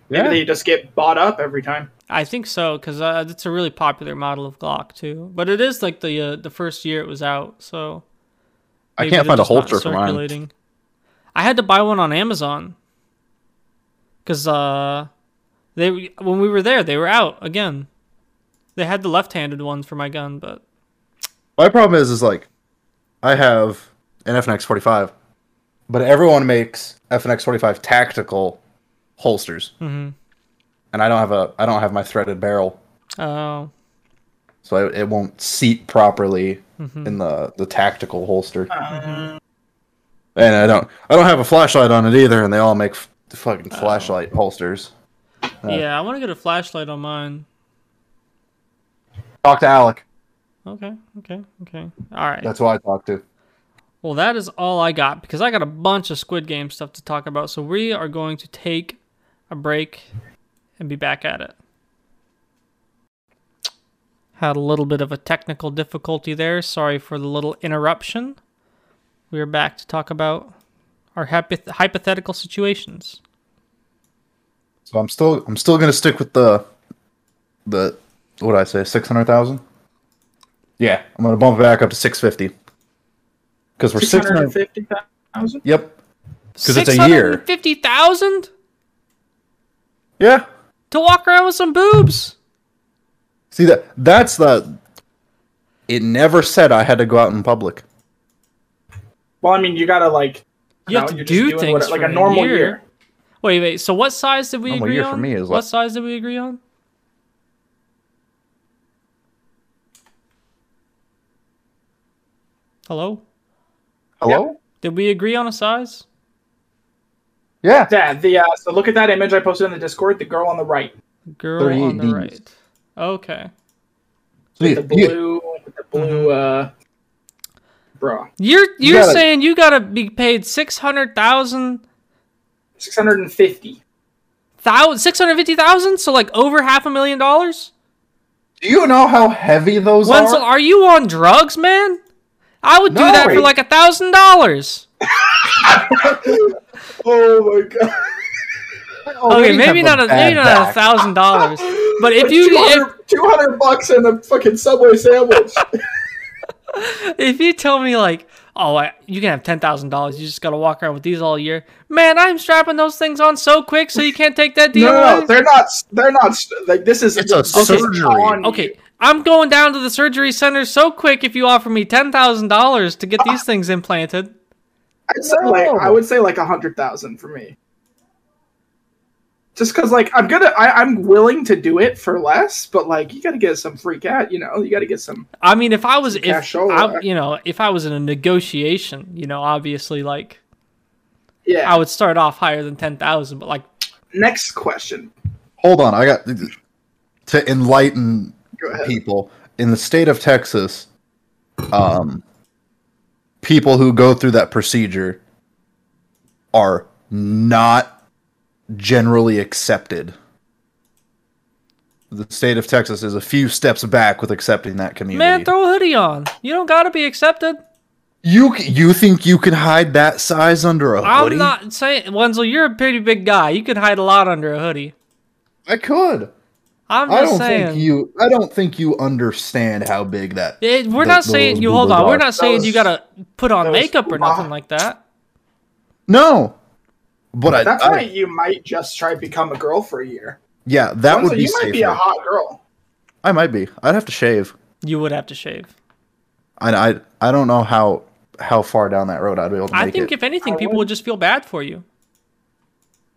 Speaker 1: Maybe
Speaker 3: Yeah.
Speaker 1: they just get bought up every time.
Speaker 2: I think so because uh, it's a really popular model of Glock too. But it is like the uh, the first year it was out, so
Speaker 3: I
Speaker 2: maybe
Speaker 3: can't
Speaker 2: they're
Speaker 3: find a
Speaker 2: just not
Speaker 3: holster for mine.
Speaker 2: circulating. I had to buy one on Amazon because uh, they when we were there they were out again. They had the left-handed one for my gun, but
Speaker 3: My problem is is like I have an FNX 45, but everyone makes FNX 45 tactical holsters.
Speaker 2: Mhm.
Speaker 3: And I don't have a I don't have my threaded barrel,
Speaker 2: oh,
Speaker 3: so it, it won't seat properly in the the tactical holster. And I don't I don't have a flashlight on it either, and they all make f- fucking flashlight holsters.
Speaker 2: yeah, I want to get a flashlight on mine.
Speaker 3: Talk to Alec.
Speaker 2: Okay, okay, okay. All right.
Speaker 3: That's who I talk to.
Speaker 2: Well, that is all I got because I got a bunch of Squid Game stuff to talk about. So we are going to take a break and be back at it. Had a little bit of a technical difficulty there. Sorry for the little interruption. We are back to talk about our hypoth- hypothetical situations.
Speaker 3: So I'm still I'm still gonna stick with the the what did I say six hundred thousand. Yeah, I'm gonna bump it back up to six fifty. Because we're six hundred.
Speaker 1: 650,000?
Speaker 3: Yep. Because it's a year.
Speaker 2: 650,000
Speaker 3: Yeah.
Speaker 2: to walk around with some boobs.
Speaker 3: See that that's the. It never said I had to go out in public.
Speaker 1: Well, I mean, you gotta like
Speaker 2: You have
Speaker 1: know,
Speaker 2: to
Speaker 1: you're just
Speaker 2: do
Speaker 1: doing
Speaker 2: things
Speaker 1: what- like
Speaker 2: for
Speaker 1: a normal year.
Speaker 2: Wait, wait. So what size did we
Speaker 3: Normal
Speaker 2: agree
Speaker 3: year for
Speaker 2: on?
Speaker 3: me is
Speaker 2: what
Speaker 3: like-
Speaker 2: size did we agree on? Hello?
Speaker 3: Hello.
Speaker 2: Did we agree on a size?
Speaker 3: Yeah.
Speaker 1: Yeah, the uh, so look at that image I posted in the Discord. The girl on the right,
Speaker 2: Girl on
Speaker 3: 38
Speaker 2: the
Speaker 3: Ds.
Speaker 2: right. Okay.
Speaker 3: Yeah,
Speaker 1: the
Speaker 3: yeah.
Speaker 1: blue, with the blue uh, bra,
Speaker 2: You're
Speaker 3: You
Speaker 2: you're
Speaker 3: gotta-
Speaker 2: saying you gotta be paid six hundred thousand
Speaker 1: six hundred and fifty.
Speaker 2: thousand six hundred fifty thousand, so like over half a million dollars?
Speaker 3: Do you know how heavy those
Speaker 2: Wenzel,
Speaker 3: are?
Speaker 2: are you on drugs, man? I would do
Speaker 3: No.
Speaker 2: that for like a thousand dollars.
Speaker 1: Oh my god!
Speaker 2: Okay, maybe not a maybe not a thousand dollars, but if you if,
Speaker 1: two hundred bucks and a fucking Subway sandwich.
Speaker 2: if you tell me like, oh, I, you can have ten thousand dollars, you just gotta walk around with these all year. Man, I'm strapping those things on so quick, so you can't take that deal.
Speaker 1: no, no, no,
Speaker 2: away.
Speaker 1: they're not. They're not. Like this is
Speaker 3: It's a
Speaker 1: this is
Speaker 3: surgery.
Speaker 1: on you.
Speaker 2: okay, I'm going down to the surgery center so quick if you offer me ten thousand dollars to get these things implanted.
Speaker 1: I'd say like
Speaker 3: No.
Speaker 1: I would say like a hundred thousand for me. Just because like I'm gonna I, I'm willing to do it for less, but like you gotta get some free cat, you know, you gotta get some
Speaker 2: I mean, if I was if
Speaker 1: cash over.
Speaker 2: I, you know if I was in a negotiation, you know, obviously like
Speaker 1: yeah.
Speaker 2: I would start off higher than ten thousand, but like
Speaker 1: Next question.
Speaker 3: Hold on, I got to enlighten
Speaker 1: Go ahead.
Speaker 3: people in the state of Texas. Um, people who go through that procedure are not generally accepted. The state of Texas is a few steps back with accepting that community.
Speaker 2: man, throw a hoodie on. You don't gotta be accepted.
Speaker 3: you c- you think you can hide that size under a
Speaker 2: I'm
Speaker 3: hoodie?
Speaker 2: not saying Wenzel, you're a pretty big guy. You could hide a lot under a hoodie.
Speaker 3: I could.
Speaker 2: I'm just
Speaker 3: I don't
Speaker 2: saying.
Speaker 3: think you. I don't think you understand how big that.
Speaker 2: It- we're
Speaker 3: the-
Speaker 2: not
Speaker 3: the
Speaker 2: saying
Speaker 3: little
Speaker 2: you hold
Speaker 3: boobas
Speaker 2: on. We're
Speaker 3: are.
Speaker 2: not saying you
Speaker 1: was-
Speaker 2: gotta put on
Speaker 1: that was
Speaker 2: makeup or
Speaker 1: too much.
Speaker 2: nothing like that.
Speaker 3: No, but I.
Speaker 1: At that
Speaker 3: I-
Speaker 1: point you might just try to become a girl for a year.
Speaker 3: yeah, that
Speaker 1: Honestly,
Speaker 3: would be
Speaker 1: you
Speaker 3: safer.
Speaker 1: might be a hot girl.
Speaker 3: I might be. I'd have to shave.
Speaker 2: You would have to shave.
Speaker 3: I. I. I don't know how how far down that road I'd be able to
Speaker 2: I
Speaker 3: make
Speaker 2: think
Speaker 3: it.
Speaker 2: if anything,
Speaker 1: I
Speaker 2: people would just feel bad for you.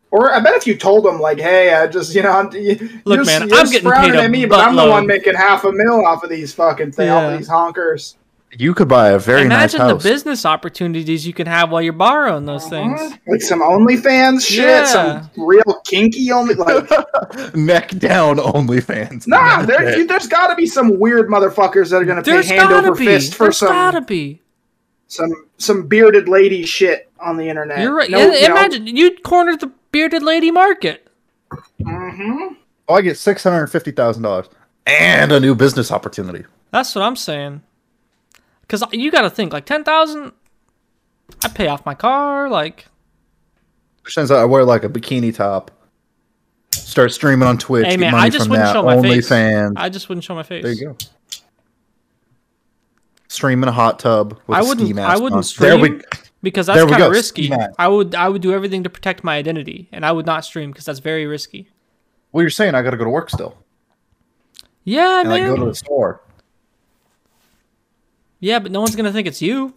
Speaker 1: Or I bet if you told them like, "Hey, I just you know, I'm, you,
Speaker 2: Look,
Speaker 1: you're,
Speaker 2: man,
Speaker 1: you're
Speaker 2: I'm getting
Speaker 1: frowning
Speaker 2: paid a
Speaker 1: at me, but I'm the
Speaker 2: buttload.
Speaker 1: one making half a mil off of these fucking thing, off
Speaker 2: Yeah.
Speaker 1: of these honkers."
Speaker 3: you could buy a very
Speaker 2: Imagine
Speaker 3: nice
Speaker 2: the
Speaker 3: house.
Speaker 2: business opportunities you can have while you're borrowing those
Speaker 1: Uh-huh.
Speaker 2: things.
Speaker 1: Like some OnlyFans shit,
Speaker 2: Yeah.
Speaker 1: some real kinky only like
Speaker 3: Neck down OnlyFans.
Speaker 1: Nah, there, you, there's got to be some weird motherfuckers that are gonna pay
Speaker 2: There's
Speaker 1: hand
Speaker 2: gotta
Speaker 1: over
Speaker 2: be.
Speaker 1: fist for
Speaker 2: There's
Speaker 1: some
Speaker 2: gotta be.
Speaker 1: some some bearded lady shit on the internet.
Speaker 2: You're
Speaker 1: Eh,
Speaker 2: right.
Speaker 1: No,
Speaker 2: I-
Speaker 1: you know,
Speaker 2: Imagine you cornered the bearded lady market.
Speaker 1: mhm.
Speaker 3: Oh, I get six hundred fifty thousand dollars and a new business opportunity.
Speaker 2: That's what I'm saying. Cause you gotta think like ten thousand. I pay off my car. Like
Speaker 3: Which means I wear like a bikini top. Start streaming on Twitch.
Speaker 2: Hey
Speaker 3: get
Speaker 2: man,
Speaker 3: money
Speaker 2: I just
Speaker 3: from
Speaker 2: wouldn't
Speaker 3: that.
Speaker 2: show my face.
Speaker 3: OnlyFans.
Speaker 2: I just wouldn't show my face.
Speaker 3: There you go. Stream in a hot tub with
Speaker 2: I
Speaker 3: a ski
Speaker 2: wouldn't.
Speaker 3: mask
Speaker 2: I wouldn't
Speaker 3: on.
Speaker 2: stream
Speaker 3: There we,
Speaker 2: because
Speaker 3: there
Speaker 2: that's
Speaker 3: we
Speaker 2: kind
Speaker 3: go,
Speaker 2: of
Speaker 3: ski
Speaker 2: risky.
Speaker 3: mask.
Speaker 2: I would. I would do everything to protect my identity, and I would not stream because that's very risky.
Speaker 3: well, you're saying I got to go to work still,
Speaker 2: Yeah,
Speaker 3: and I
Speaker 2: man.
Speaker 3: go to the store.
Speaker 2: yeah, but no one's gonna think it's you.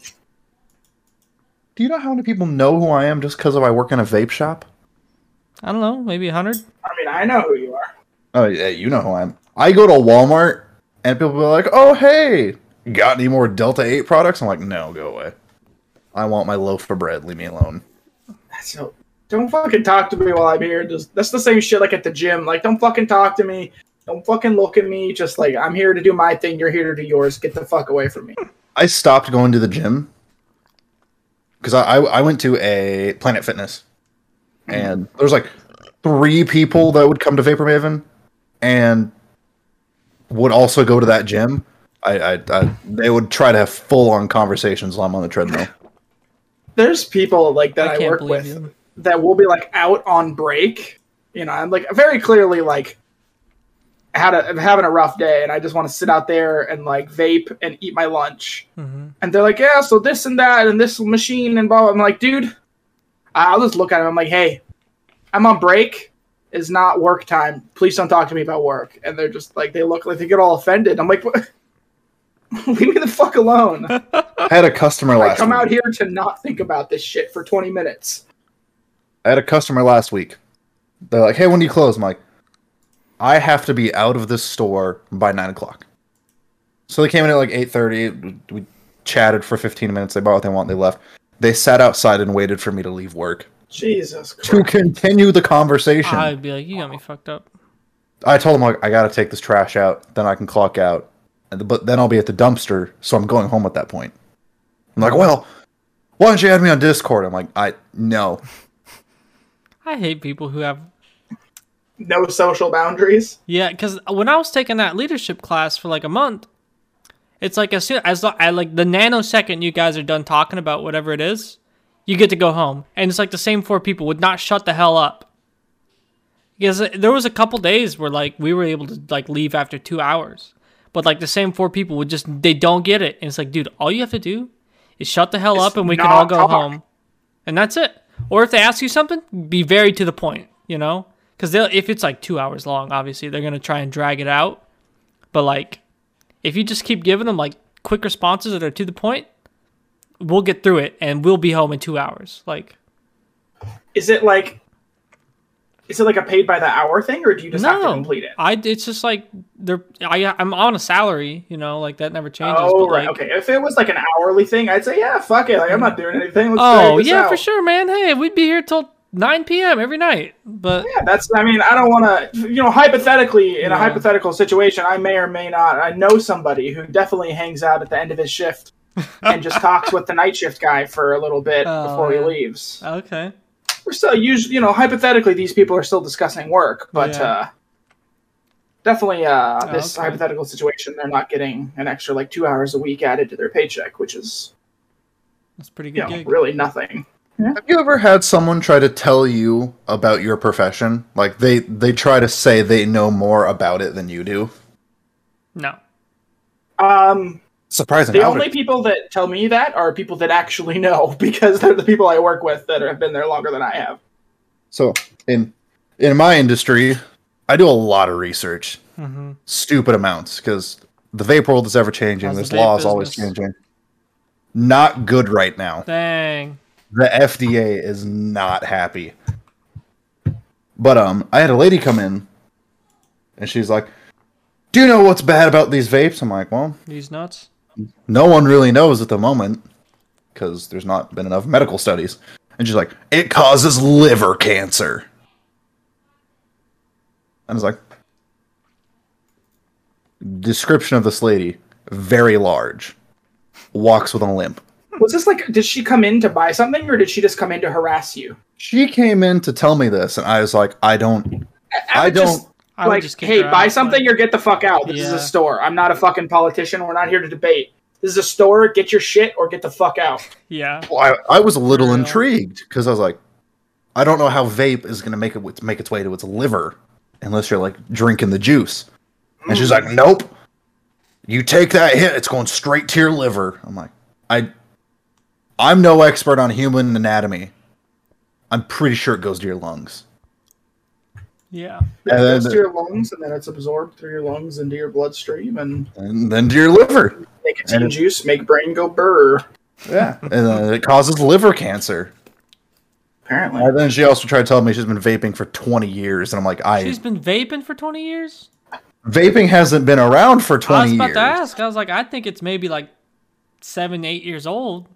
Speaker 3: Do you know how many people know who I am just because of I work in a vape shop?
Speaker 2: I don't know. Maybe a hundred.
Speaker 1: I mean, I know who you are.
Speaker 3: Oh yeah, you know who I am. I go to Walmart, and people be like, "Oh hey, got any more Delta Eight products?" I'm like, "No, go away. I want my loaf of bread. Leave me alone."
Speaker 1: So don't fucking talk to me while I'm here. Just that's the same shit like at the gym. Like don't fucking talk to me. Don't fucking look at me. Just like I'm here to do my thing. You're here to do yours. Get the fuck away from me.
Speaker 3: I stopped going to the gym because I, I I went to a Planet Fitness,
Speaker 1: Mm-hmm.
Speaker 3: and there was like three people that would come to Vapor Maven, and would also go to that gym, I, I, I they would try to have full on conversations while I'm on the treadmill.
Speaker 1: There's people like that
Speaker 2: I
Speaker 1: I,
Speaker 2: can't
Speaker 1: work
Speaker 2: believe
Speaker 1: with
Speaker 2: you.
Speaker 1: that will be like out on break. You know, I'm like very clearly like had a I'm having a rough day, and I just want to sit out there and like vape and eat my lunch.
Speaker 3: Mm-hmm.
Speaker 2: Mhm.
Speaker 1: And they're like, yeah, so this and that and this machine and blah. blah." I'm like, dude, I- I'll just look at him. I'm like, hey, I'm on break. It's not work time. Please don't talk to me about work. And they're just like, they look like they get all offended. I'm like, "What? leave me the fuck alone.
Speaker 3: I had a customer
Speaker 1: I
Speaker 3: last
Speaker 1: come
Speaker 3: week.
Speaker 1: out here to not think about this shit for 20 minutes.
Speaker 3: I had a customer last week. They're like, "Hey, when do you close?" I'm like, "I have to be out of this store by nine o'clock." So they came in at like eight thirty. We chatted for fifteen minutes. They bought what they want. They left. They sat outside and waited for me to leave work
Speaker 1: Jesus
Speaker 3: to
Speaker 1: Christ.
Speaker 3: continue the conversation. I,
Speaker 2: I'd be like, you got me fucked up.
Speaker 3: told them like, "I gotta take this trash out. Then I can clock out. And the- But then I'll be at the dumpster. So I'm going home at that point." I'm like, "Well, why don't you add me on Discord?" I'm like, "I no."
Speaker 2: I hate people who have
Speaker 1: No social boundaries.
Speaker 2: Yeah, because when I was taking that leadership class for like a month, it's like as soon as the- I like the nanosecond you guys are done talking about whatever it is, you get to go home, and it's like the same four people would not shut the hell up. Because there was a couple days where like we were able to like leave after two hours, but like the same four people would just they don't get it, and it's like, dude, all you have to do is shut the hell
Speaker 1: It's
Speaker 2: up, and we can
Speaker 1: not
Speaker 2: all go
Speaker 1: talk.
Speaker 2: home, and that's it. Or if they ask you something, be very to the point, you know, because they'll if it's like two hours long, obviously they're gonna try and drag it out, but like if you just keep giving them like quick responses that are to the point, we'll get through it, and we'll be home in two hours, like.
Speaker 1: Is it like is it like a paid by the hour thing or do you just have to complete it?
Speaker 2: I it's just like they're I I'm on a salary, you know, like that never changes.
Speaker 1: Oh
Speaker 2: but
Speaker 1: right,
Speaker 2: like,
Speaker 1: okay. If it was like an hourly thing, I'd say yeah, fuck it. Like I'm not doing anything. Let's
Speaker 2: Oh
Speaker 1: drag this
Speaker 2: yeah, for
Speaker 1: out.
Speaker 2: sure, man. Hey, we'd be here till 9 p.m. every night, but
Speaker 1: Yeah, that's. I mean, I don't want to. You know, hypothetically, in
Speaker 2: Yeah.
Speaker 1: a hypothetical situation, I may or may not. I know somebody who definitely hangs out at the end of his shift and just talks with the night shift guy for a little bit
Speaker 2: Oh,
Speaker 1: before
Speaker 2: yeah.
Speaker 1: he leaves.
Speaker 2: okay.
Speaker 1: We're still usually, you know, hypothetically, these people are still discussing work, but
Speaker 2: Yeah.
Speaker 1: uh, definitely uh,
Speaker 2: Oh,
Speaker 1: this
Speaker 2: okay.
Speaker 1: hypothetical situation, they're not getting an extra like two hours a week added to their paycheck, which is
Speaker 2: That's a pretty
Speaker 1: you
Speaker 2: good
Speaker 1: know
Speaker 2: gig.
Speaker 1: really nothing.
Speaker 3: Have you ever had someone try to tell you about your profession? Like they they try to say they know more about it than you do.
Speaker 2: No.
Speaker 1: Um,
Speaker 3: Surprising.
Speaker 1: The
Speaker 3: I
Speaker 1: only
Speaker 3: would've-
Speaker 1: people that tell me that are people that actually know because they're the people I work with that have been there longer than I have.
Speaker 3: so in in my industry, I do a lot of research,
Speaker 2: hmm
Speaker 3: stupid amounts, because the vape world is ever changing.
Speaker 2: How's the
Speaker 3: This
Speaker 2: vape
Speaker 3: law is always
Speaker 2: business?
Speaker 3: changing. Not good right now.
Speaker 2: Dang.
Speaker 3: The FDA is not happy. But um, I had a lady come in, and she's like, "Do you know what's bad about these vapes?" I'm like, "Well."
Speaker 2: These nuts.
Speaker 3: no one really knows at the moment because there's not been enough medical studies. And she's like, it causes liver cancer. And I was like, description of this lady very large, walks with a limp.
Speaker 1: Was this like, did she come in to buy something or did she just come in to harass you?
Speaker 3: She came in to tell me this, and I was like, I don't, I,
Speaker 1: would
Speaker 3: don't.
Speaker 1: just,
Speaker 2: I would
Speaker 1: like,
Speaker 2: just kick
Speaker 1: hey,
Speaker 2: her
Speaker 1: buy
Speaker 2: out,
Speaker 1: something
Speaker 2: like-
Speaker 1: or get the fuck out. This is
Speaker 2: Yeah.
Speaker 1: a store. I'm not a fucking politician. We're not here to debate. This is a store. Get your shit or get the fuck out.
Speaker 2: Yeah.
Speaker 3: Well, I, I was a little
Speaker 2: Yeah.
Speaker 3: intrigued because I was like, I don't know how vape is going to make it make its way to its liver unless you're like drinking the juice. And she's
Speaker 2: Hmm.
Speaker 3: like, "Nope, you take that hit, it's going straight to your liver." I'm like, I, I'm no expert on human anatomy. I'm pretty sure it goes to your lungs.
Speaker 2: Yeah.
Speaker 1: It
Speaker 3: And
Speaker 1: goes
Speaker 3: then-
Speaker 1: to your lungs and then it's absorbed through your lungs into your bloodstream and
Speaker 3: and then to your liver.
Speaker 1: nicotine
Speaker 3: And-
Speaker 1: juice make brain go burr.
Speaker 3: Yeah, and then it causes liver cancer.
Speaker 1: Apparently,
Speaker 3: And then she also tried to tell me she's been vaping for 20 years, and I'm like, I
Speaker 2: She's been vaping for 20 years?
Speaker 3: vaping hasn't been around for 20
Speaker 2: I was about
Speaker 3: years.
Speaker 2: to ask. I was like, I think it's maybe like seven, eight years old.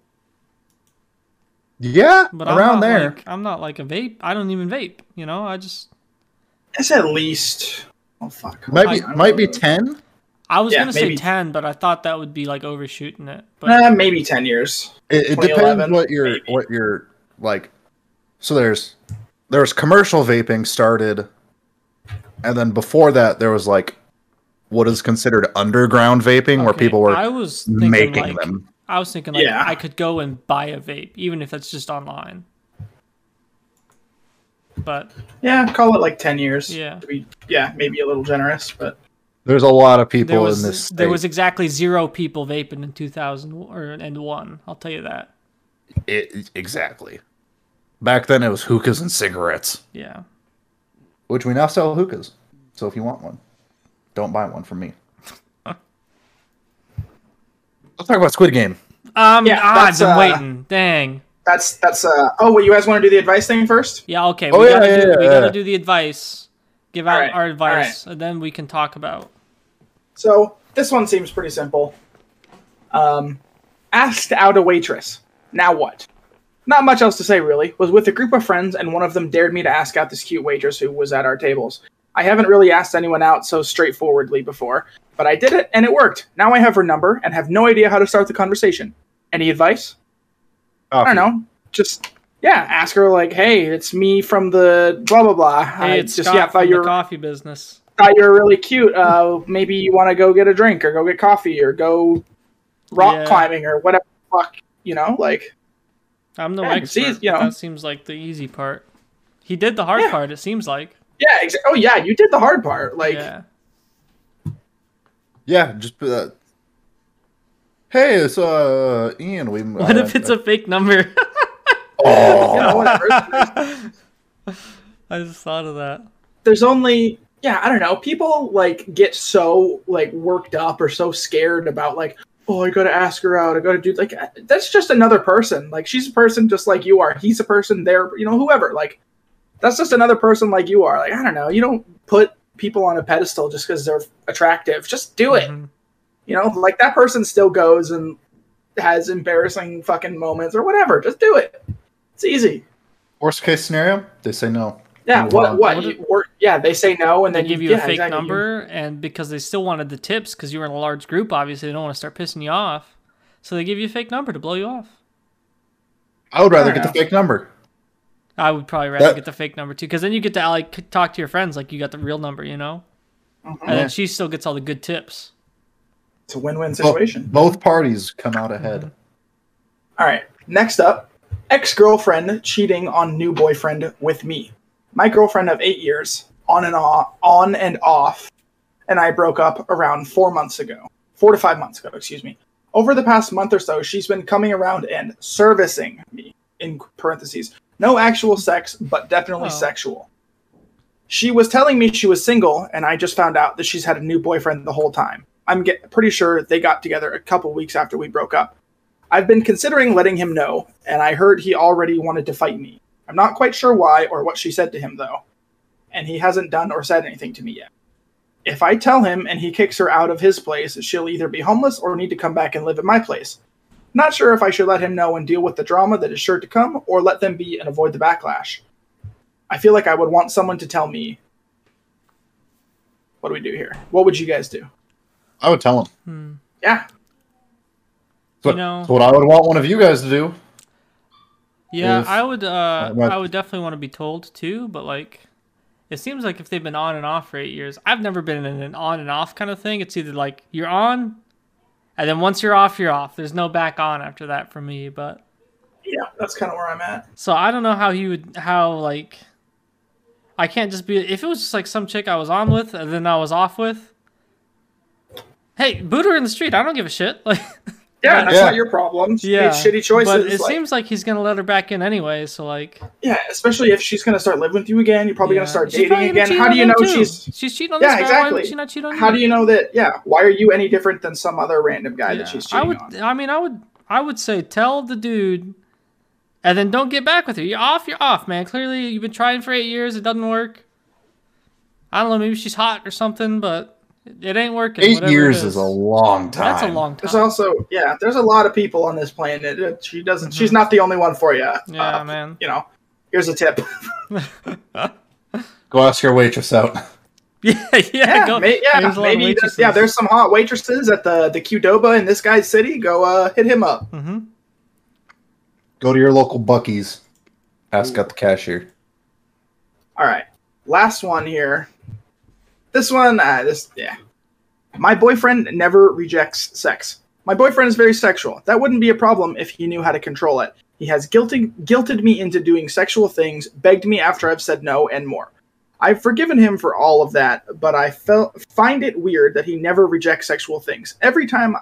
Speaker 3: Yeah,
Speaker 2: But I'm
Speaker 3: around
Speaker 2: not
Speaker 3: there.
Speaker 2: Like, I'm not like a vape. I don't even vape. You know, I just
Speaker 1: it's at least. Oh fuck.
Speaker 3: might be
Speaker 1: I-
Speaker 3: might be 10.
Speaker 2: I was
Speaker 1: Yeah,
Speaker 2: gonna say
Speaker 1: maybe.
Speaker 2: ten, but I thought that would be like overshooting it. But
Speaker 1: Uh, maybe ten years.
Speaker 3: It, it
Speaker 1: 2011,
Speaker 3: depends what your
Speaker 1: maybe.
Speaker 3: what your like. So there's there's commercial vaping started, and then before that there was like what is considered underground vaping, where
Speaker 2: Okay,
Speaker 3: people were
Speaker 2: I was thinking,
Speaker 3: making
Speaker 2: like,
Speaker 3: them.
Speaker 2: I was thinking like
Speaker 1: Yeah.
Speaker 2: I could go and buy a vape, even if that's just online. But
Speaker 1: Yeah, call it like ten years.
Speaker 2: Yeah.
Speaker 1: To be- yeah, maybe a little generous, but
Speaker 3: There's a lot of people
Speaker 2: there was
Speaker 3: in this.
Speaker 2: there
Speaker 3: state.
Speaker 2: was exactly zero people vaping in two thousand or and one. I'll tell you that.
Speaker 3: It- exactly. Back then, it was hookahs and cigarettes,
Speaker 2: Yeah.
Speaker 3: which we now sell hookahs. So if you want one, don't buy one from me. Let's talk about Squid Game.
Speaker 2: Um.
Speaker 1: Yeah,
Speaker 2: ah, I've
Speaker 1: that's,
Speaker 2: been
Speaker 1: uh,
Speaker 2: waiting. Dang.
Speaker 1: that's that's uh oh wait, you guys want to do the advice thing first?
Speaker 2: Yeah. Okay.
Speaker 3: Oh,
Speaker 2: we
Speaker 3: yeah,
Speaker 2: gotta
Speaker 3: yeah,
Speaker 2: do, we
Speaker 3: yeah,
Speaker 2: gotta
Speaker 3: yeah.
Speaker 2: do the advice. Give out
Speaker 1: Alright,
Speaker 2: our advice, and then we can talk about.
Speaker 1: So this one seems pretty simple. Um, asked out a waitress. Now what? Not much else to say, really. Was with a group of friends, and one of them dared me to ask out this cute waitress who was at our tables. I haven't really asked anyone out so straightforwardly before, but I did it, and it worked. Now I have her number and have no idea how to start the conversation. Any advice? I don't know. Just yeah, ask her like, "Hey, it's me from the blah blah blah. I
Speaker 2: Hey, it's
Speaker 1: just
Speaker 2: Scott
Speaker 1: yeah, thought
Speaker 2: from
Speaker 1: you
Speaker 2: the
Speaker 1: were
Speaker 2: coffee business.
Speaker 1: thought you were really cute. Uh, maybe you want to go get a drink or go get coffee or go rock
Speaker 2: Yeah.
Speaker 1: climbing or whatever the fuck, you know? Like,
Speaker 2: I'm no
Speaker 1: Yeah,
Speaker 2: expert.
Speaker 1: see,
Speaker 2: but
Speaker 1: you know.
Speaker 2: That seems like the easy part. He did the hard
Speaker 1: Yeah.
Speaker 2: part. It seems like.
Speaker 1: yeah, exa- oh yeah, you did the hard part. Like,
Speaker 2: yeah.
Speaker 3: Yeah, just uh, hey, it's uh Ian. We uh,
Speaker 2: What if it's a fake number?
Speaker 1: you know, whatever.
Speaker 2: I just thought of that.
Speaker 1: There's only yeah, I don't know. People like get so like worked up or so scared about like, oh, I gotta ask her out. I gotta do like uh, that's just another person. Like she's a person just like you are. He's a person. They're you know whoever. Like that's just another person like you are. Like I don't know. You don't put people on a pedestal just because they're attractive. Just do it.
Speaker 2: Mhm.
Speaker 1: You know, like that person still goes and has embarrassing fucking moments or whatever. Just do it. It's easy.
Speaker 3: worst case scenario? They say no.
Speaker 1: Yeah.
Speaker 3: Move
Speaker 1: What?
Speaker 3: on.
Speaker 1: What?
Speaker 2: Mm-hmm. What
Speaker 1: you, or, yeah. They say no, and
Speaker 2: They
Speaker 1: then
Speaker 2: give you
Speaker 1: yeah,
Speaker 2: a fake
Speaker 1: exactly. You-
Speaker 2: number, and because they still wanted the tips, because you were in a large group, obviously they don't want to start pissing you off, so they give you a fake number to blow you off.
Speaker 3: I would rather
Speaker 1: I
Speaker 3: get the
Speaker 1: don't know.
Speaker 3: fake number.
Speaker 2: I would probably rather
Speaker 3: That-
Speaker 2: get the fake number too, because then you get to like c- talk to your friends like you got the real number, you know,
Speaker 1: Mm-hmm.
Speaker 2: and
Speaker 3: Yeah.
Speaker 2: then she still gets all the good tips.
Speaker 1: It's a win-win
Speaker 3: Bo-
Speaker 1: situation.
Speaker 3: both parties come out ahead.
Speaker 1: All right. Next up, ex girlfriend cheating on new boyfriend with me. My girlfriend of eight years, on and off, on and off, and I broke up around four months ago, four to five months ago, excuse me. Over the past month or so, she's been coming around and servicing me. In parentheses, no actual sex, but definitely
Speaker 2: Oh.
Speaker 1: sexual. She was telling me she was single, and I just found out that she's had a new boyfriend the whole time. I'm get- pretty sure they got together a couple weeks after we broke up. I've been considering letting him know, and I heard he already wanted to fight me. I'm not quite sure why or what she said to him, though, and he hasn't done or said anything to me yet. If I tell him and he kicks her out of his place, she'll either be homeless or need to come back and live at my place. Not sure if I should let him know and deal with the drama that is sure to come, or let them be and avoid the backlash. I feel like I would want someone to tell me. What do we do here? What would you guys do?
Speaker 3: I would tell them.
Speaker 1: Yeah,
Speaker 3: So,
Speaker 2: You know-
Speaker 3: so what I would want one of you guys to do.
Speaker 2: Yeah,
Speaker 3: If-
Speaker 2: I would. Uh,
Speaker 3: Uh, what-
Speaker 2: I would definitely want to be told too, but like, it seems like if they've been on and off for eight years, I've never been in an on and off kind of thing. It's either like you're on, and then once you're off, you're off. There's no back on after that for me. But
Speaker 1: yeah, that's kind of where I'm at.
Speaker 2: so I don't know how he would how like. I can't just be if it was just like some chick I was on with and then I was off with. Hey, boot her in the street. I don't give a shit. Like,
Speaker 1: Yeah,
Speaker 2: But-
Speaker 1: that's
Speaker 3: Yeah.
Speaker 1: not your problem.
Speaker 2: yeah,
Speaker 1: it's shitty choices.
Speaker 2: But it
Speaker 1: like-
Speaker 2: seems like he's gonna let her back in anyway. So like,
Speaker 1: Yeah, especially if she's gonna start living with you again, you're probably
Speaker 2: Yeah.
Speaker 1: gonna start
Speaker 2: She's probably
Speaker 1: dating
Speaker 2: gonna
Speaker 1: again.
Speaker 2: cheat
Speaker 1: How
Speaker 2: on
Speaker 1: do you
Speaker 2: him,
Speaker 1: know
Speaker 2: too.
Speaker 1: she's?
Speaker 2: she's cheating on
Speaker 1: Yeah,
Speaker 2: this guy? Why
Speaker 1: exactly.
Speaker 2: would she not cheat on
Speaker 1: How
Speaker 2: you?
Speaker 1: do you know that? Yeah, why are you any different than some other random guy
Speaker 2: Yeah,
Speaker 1: that she's
Speaker 2: I
Speaker 1: cheating
Speaker 2: would.
Speaker 1: on?
Speaker 2: I mean, I would. I would say tell the dude, and then don't get back with her. You're off. You're off, man. Clearly, you've been trying for eight years. It doesn't work. I don't know. Maybe she's hot or something, but it ain't working.
Speaker 3: Eight
Speaker 2: whatever it
Speaker 3: years
Speaker 2: is.
Speaker 3: is. a long time.
Speaker 2: That's a long
Speaker 1: There's
Speaker 2: time.
Speaker 1: also yeah, there's a lot of people on this planet. Uh, She doesn't. She's not the only one for you.
Speaker 2: Mm-hmm. Yeah, man.
Speaker 1: You know, here's a tip.
Speaker 3: Go ask your waitress out.
Speaker 2: yeah, yeah.
Speaker 1: Yeah,
Speaker 2: go-
Speaker 1: may- yeah,
Speaker 2: there's a lot of
Speaker 1: maybe there's,
Speaker 2: waitresses.
Speaker 1: yeah. There's some hot waitresses at the the Qdoba in this guy's city. Go uh, hit him up.
Speaker 2: Mm-hmm.
Speaker 3: Go to your local Bucky's. Ask out the cashier.
Speaker 1: All right, last one here. This one, uh, this yeah. My boyfriend never rejects sex. My boyfriend is very sexual. That wouldn't be a problem if he knew how to control it. He has guilted, guilted me into doing sexual things, begged me after I've said no, and more. I've forgiven him for all of that, but I fel- find it weird that he never rejects sexual things. Every time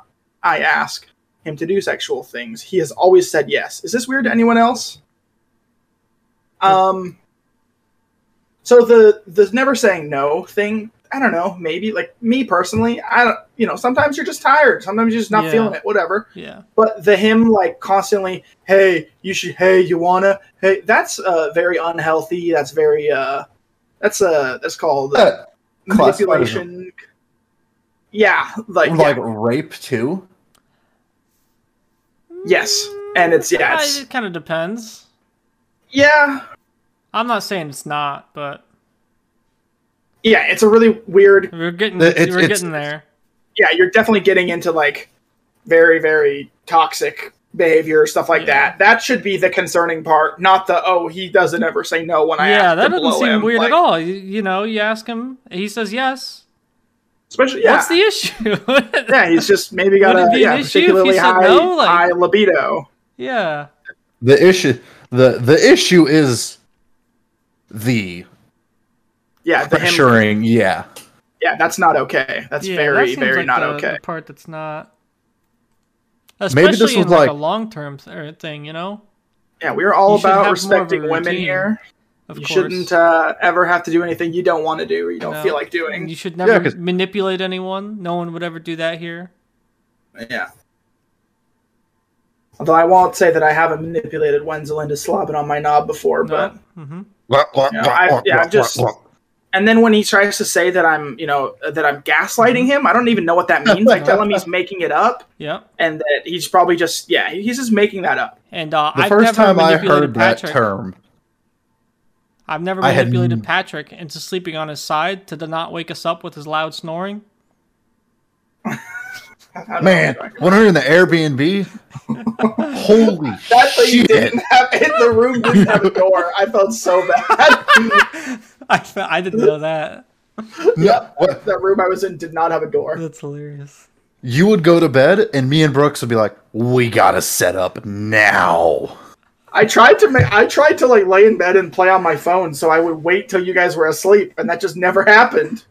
Speaker 1: I ask him to do sexual things, he has always said yes. Is this weird to anyone else? Um. So the the never saying no thing, I don't know. Maybe like me personally, I don't. You know, sometimes you're just tired. Sometimes you're just not
Speaker 2: Yeah.
Speaker 1: feeling it. Whatever.
Speaker 2: Yeah.
Speaker 1: But the him like constantly, hey, you should, hey, you wanna, hey, that's uh very unhealthy. That's very uh, that's uh, that's called uh,
Speaker 3: That classified as a-
Speaker 1: manipulation. Yeah, like,
Speaker 3: like
Speaker 1: yeah.
Speaker 3: rape too.
Speaker 1: yes, and it's yeah,
Speaker 2: Uh,
Speaker 1: it's,
Speaker 2: It kind of depends.
Speaker 1: yeah,
Speaker 2: I'm not saying it's not, but
Speaker 1: yeah. It's a really weird.
Speaker 2: we're getting
Speaker 3: The- it's-
Speaker 2: we're
Speaker 3: it's-
Speaker 2: getting there.
Speaker 1: Yeah, you're definitely getting into like very very toxic behavior stuff like
Speaker 2: Yeah.
Speaker 1: that. That should be the concerning part, not the oh he doesn't ever say no when I
Speaker 2: Yeah,
Speaker 1: ask
Speaker 2: that
Speaker 1: to
Speaker 2: doesn't
Speaker 1: blow
Speaker 2: seem
Speaker 1: him,"
Speaker 2: weird
Speaker 1: like,
Speaker 2: at all. You, you know, you ask him, he says yes.
Speaker 1: Especially yeah.
Speaker 2: What's the issue?
Speaker 1: yeah, he's just maybe got
Speaker 2: Would it
Speaker 1: a
Speaker 2: be
Speaker 1: yeah,
Speaker 2: an issue if he
Speaker 1: particularly
Speaker 2: said
Speaker 1: high,
Speaker 2: no? Like-
Speaker 1: high libido.
Speaker 2: yeah.
Speaker 3: The issue, the the issue is the
Speaker 1: Yeah, the him,
Speaker 3: pressuring. Yeah,
Speaker 1: yeah, that's not okay. That's
Speaker 2: yeah, that
Speaker 1: very,
Speaker 2: seems
Speaker 1: very
Speaker 2: like
Speaker 1: not
Speaker 2: the,
Speaker 1: okay.
Speaker 2: The part that's not. Especially
Speaker 3: Maybe this was
Speaker 2: in like, a
Speaker 3: like-
Speaker 2: long term th- er, thing, you know.
Speaker 1: Yeah, we're all
Speaker 2: You should have more
Speaker 1: about
Speaker 2: of a
Speaker 1: respecting women
Speaker 2: routine,
Speaker 1: here.
Speaker 2: Of
Speaker 1: You
Speaker 2: course,
Speaker 1: shouldn't uh, ever have to do anything you don't want to do or you don't
Speaker 2: No.
Speaker 1: feel like
Speaker 2: And
Speaker 1: doing.
Speaker 2: you should never
Speaker 3: 'cause-
Speaker 2: manipulate anyone. No one would ever do that here.
Speaker 1: Yeah. Although I won't say that I haven't manipulated Wenzel into slobbing on my knob before, but
Speaker 2: hmm
Speaker 1: Yeah, I- yeah, I'm just- and then when he tries to say that I'm, you know, that I'm gaslighting
Speaker 2: Mm-hmm.
Speaker 1: him, I don't even know what that means. I tell him he's making it up,
Speaker 2: Yeah.
Speaker 1: and that he's probably just, yeah, he- he's just making that up.
Speaker 2: And uh,
Speaker 3: the
Speaker 2: I've
Speaker 3: first
Speaker 2: never
Speaker 3: time I
Speaker 2: manipulated
Speaker 3: heard that
Speaker 2: Patrick.
Speaker 3: term,
Speaker 2: I've never
Speaker 3: I had
Speaker 2: manipulated
Speaker 3: n-
Speaker 2: Patrick into sleeping on his side to not wake us up with his loud snoring.
Speaker 1: I don't know
Speaker 3: man,
Speaker 1: what I'm talking
Speaker 3: when we were in the Airbnb, holy
Speaker 1: That thing
Speaker 3: shit!
Speaker 1: didn't have it, the room didn't have a door. I felt so bad.
Speaker 2: I, fe- I didn't know that.
Speaker 3: No, what-
Speaker 1: that room I was in did not have a door.
Speaker 2: That's hilarious.
Speaker 3: you would go to bed, and me and Brooks would be like, "We gotta set up now."
Speaker 1: I tried to make I tried to like lay in bed and play on my phone, so I would wait till you guys were asleep, and that just never happened.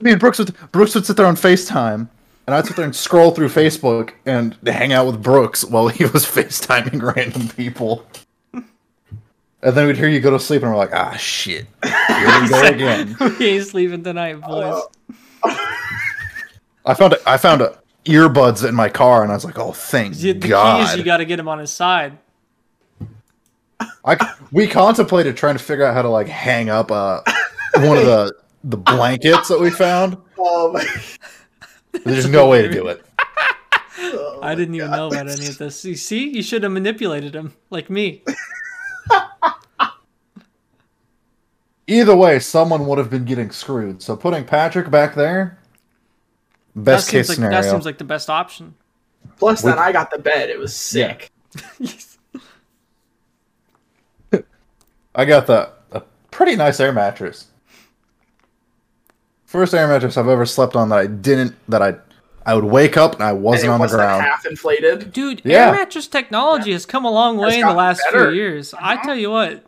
Speaker 3: Me and Brooks would Brooks would sit there on Facetime, and I'd sit there and scroll through Facebook and hang out with Brooks while he was Facetiming random people. And then we'd hear you go to sleep, and we're like, "Ah, shit, here we go again."
Speaker 2: He's leaving tonight, boys.
Speaker 1: Oh,
Speaker 3: I found a, I found a earbuds in my car, and I was like, "Oh, thank
Speaker 2: You- the
Speaker 3: God!"
Speaker 2: keys, you got to get him on his side.
Speaker 3: I c- we contemplated trying to figure out how to like hang up uh, one of the the blankets that we found.
Speaker 1: Oh my!
Speaker 3: There's no way to do it.
Speaker 1: oh my
Speaker 2: I didn't even
Speaker 1: God.
Speaker 2: know about any of this. You see, you should have manipulated him like me.
Speaker 3: Either way, someone would have been getting screwed. So putting Patrick back there,
Speaker 2: That
Speaker 3: best
Speaker 2: seems
Speaker 3: case
Speaker 2: like
Speaker 3: scenario.
Speaker 2: that seems like the best option.
Speaker 1: Plus,
Speaker 3: We-
Speaker 1: then I got the bed. It was sick.
Speaker 3: I got the a pretty nice air mattress. First air mattress I've ever slept on that I didn't that I I would wake up and I
Speaker 1: And it
Speaker 3: wasn't on the
Speaker 1: wasn't
Speaker 3: ground.
Speaker 1: half inflated.
Speaker 2: Dude,
Speaker 3: Yeah.
Speaker 2: air mattress technology has come a long way in the
Speaker 1: gotten
Speaker 2: last
Speaker 1: better.
Speaker 2: few years. I tell you what,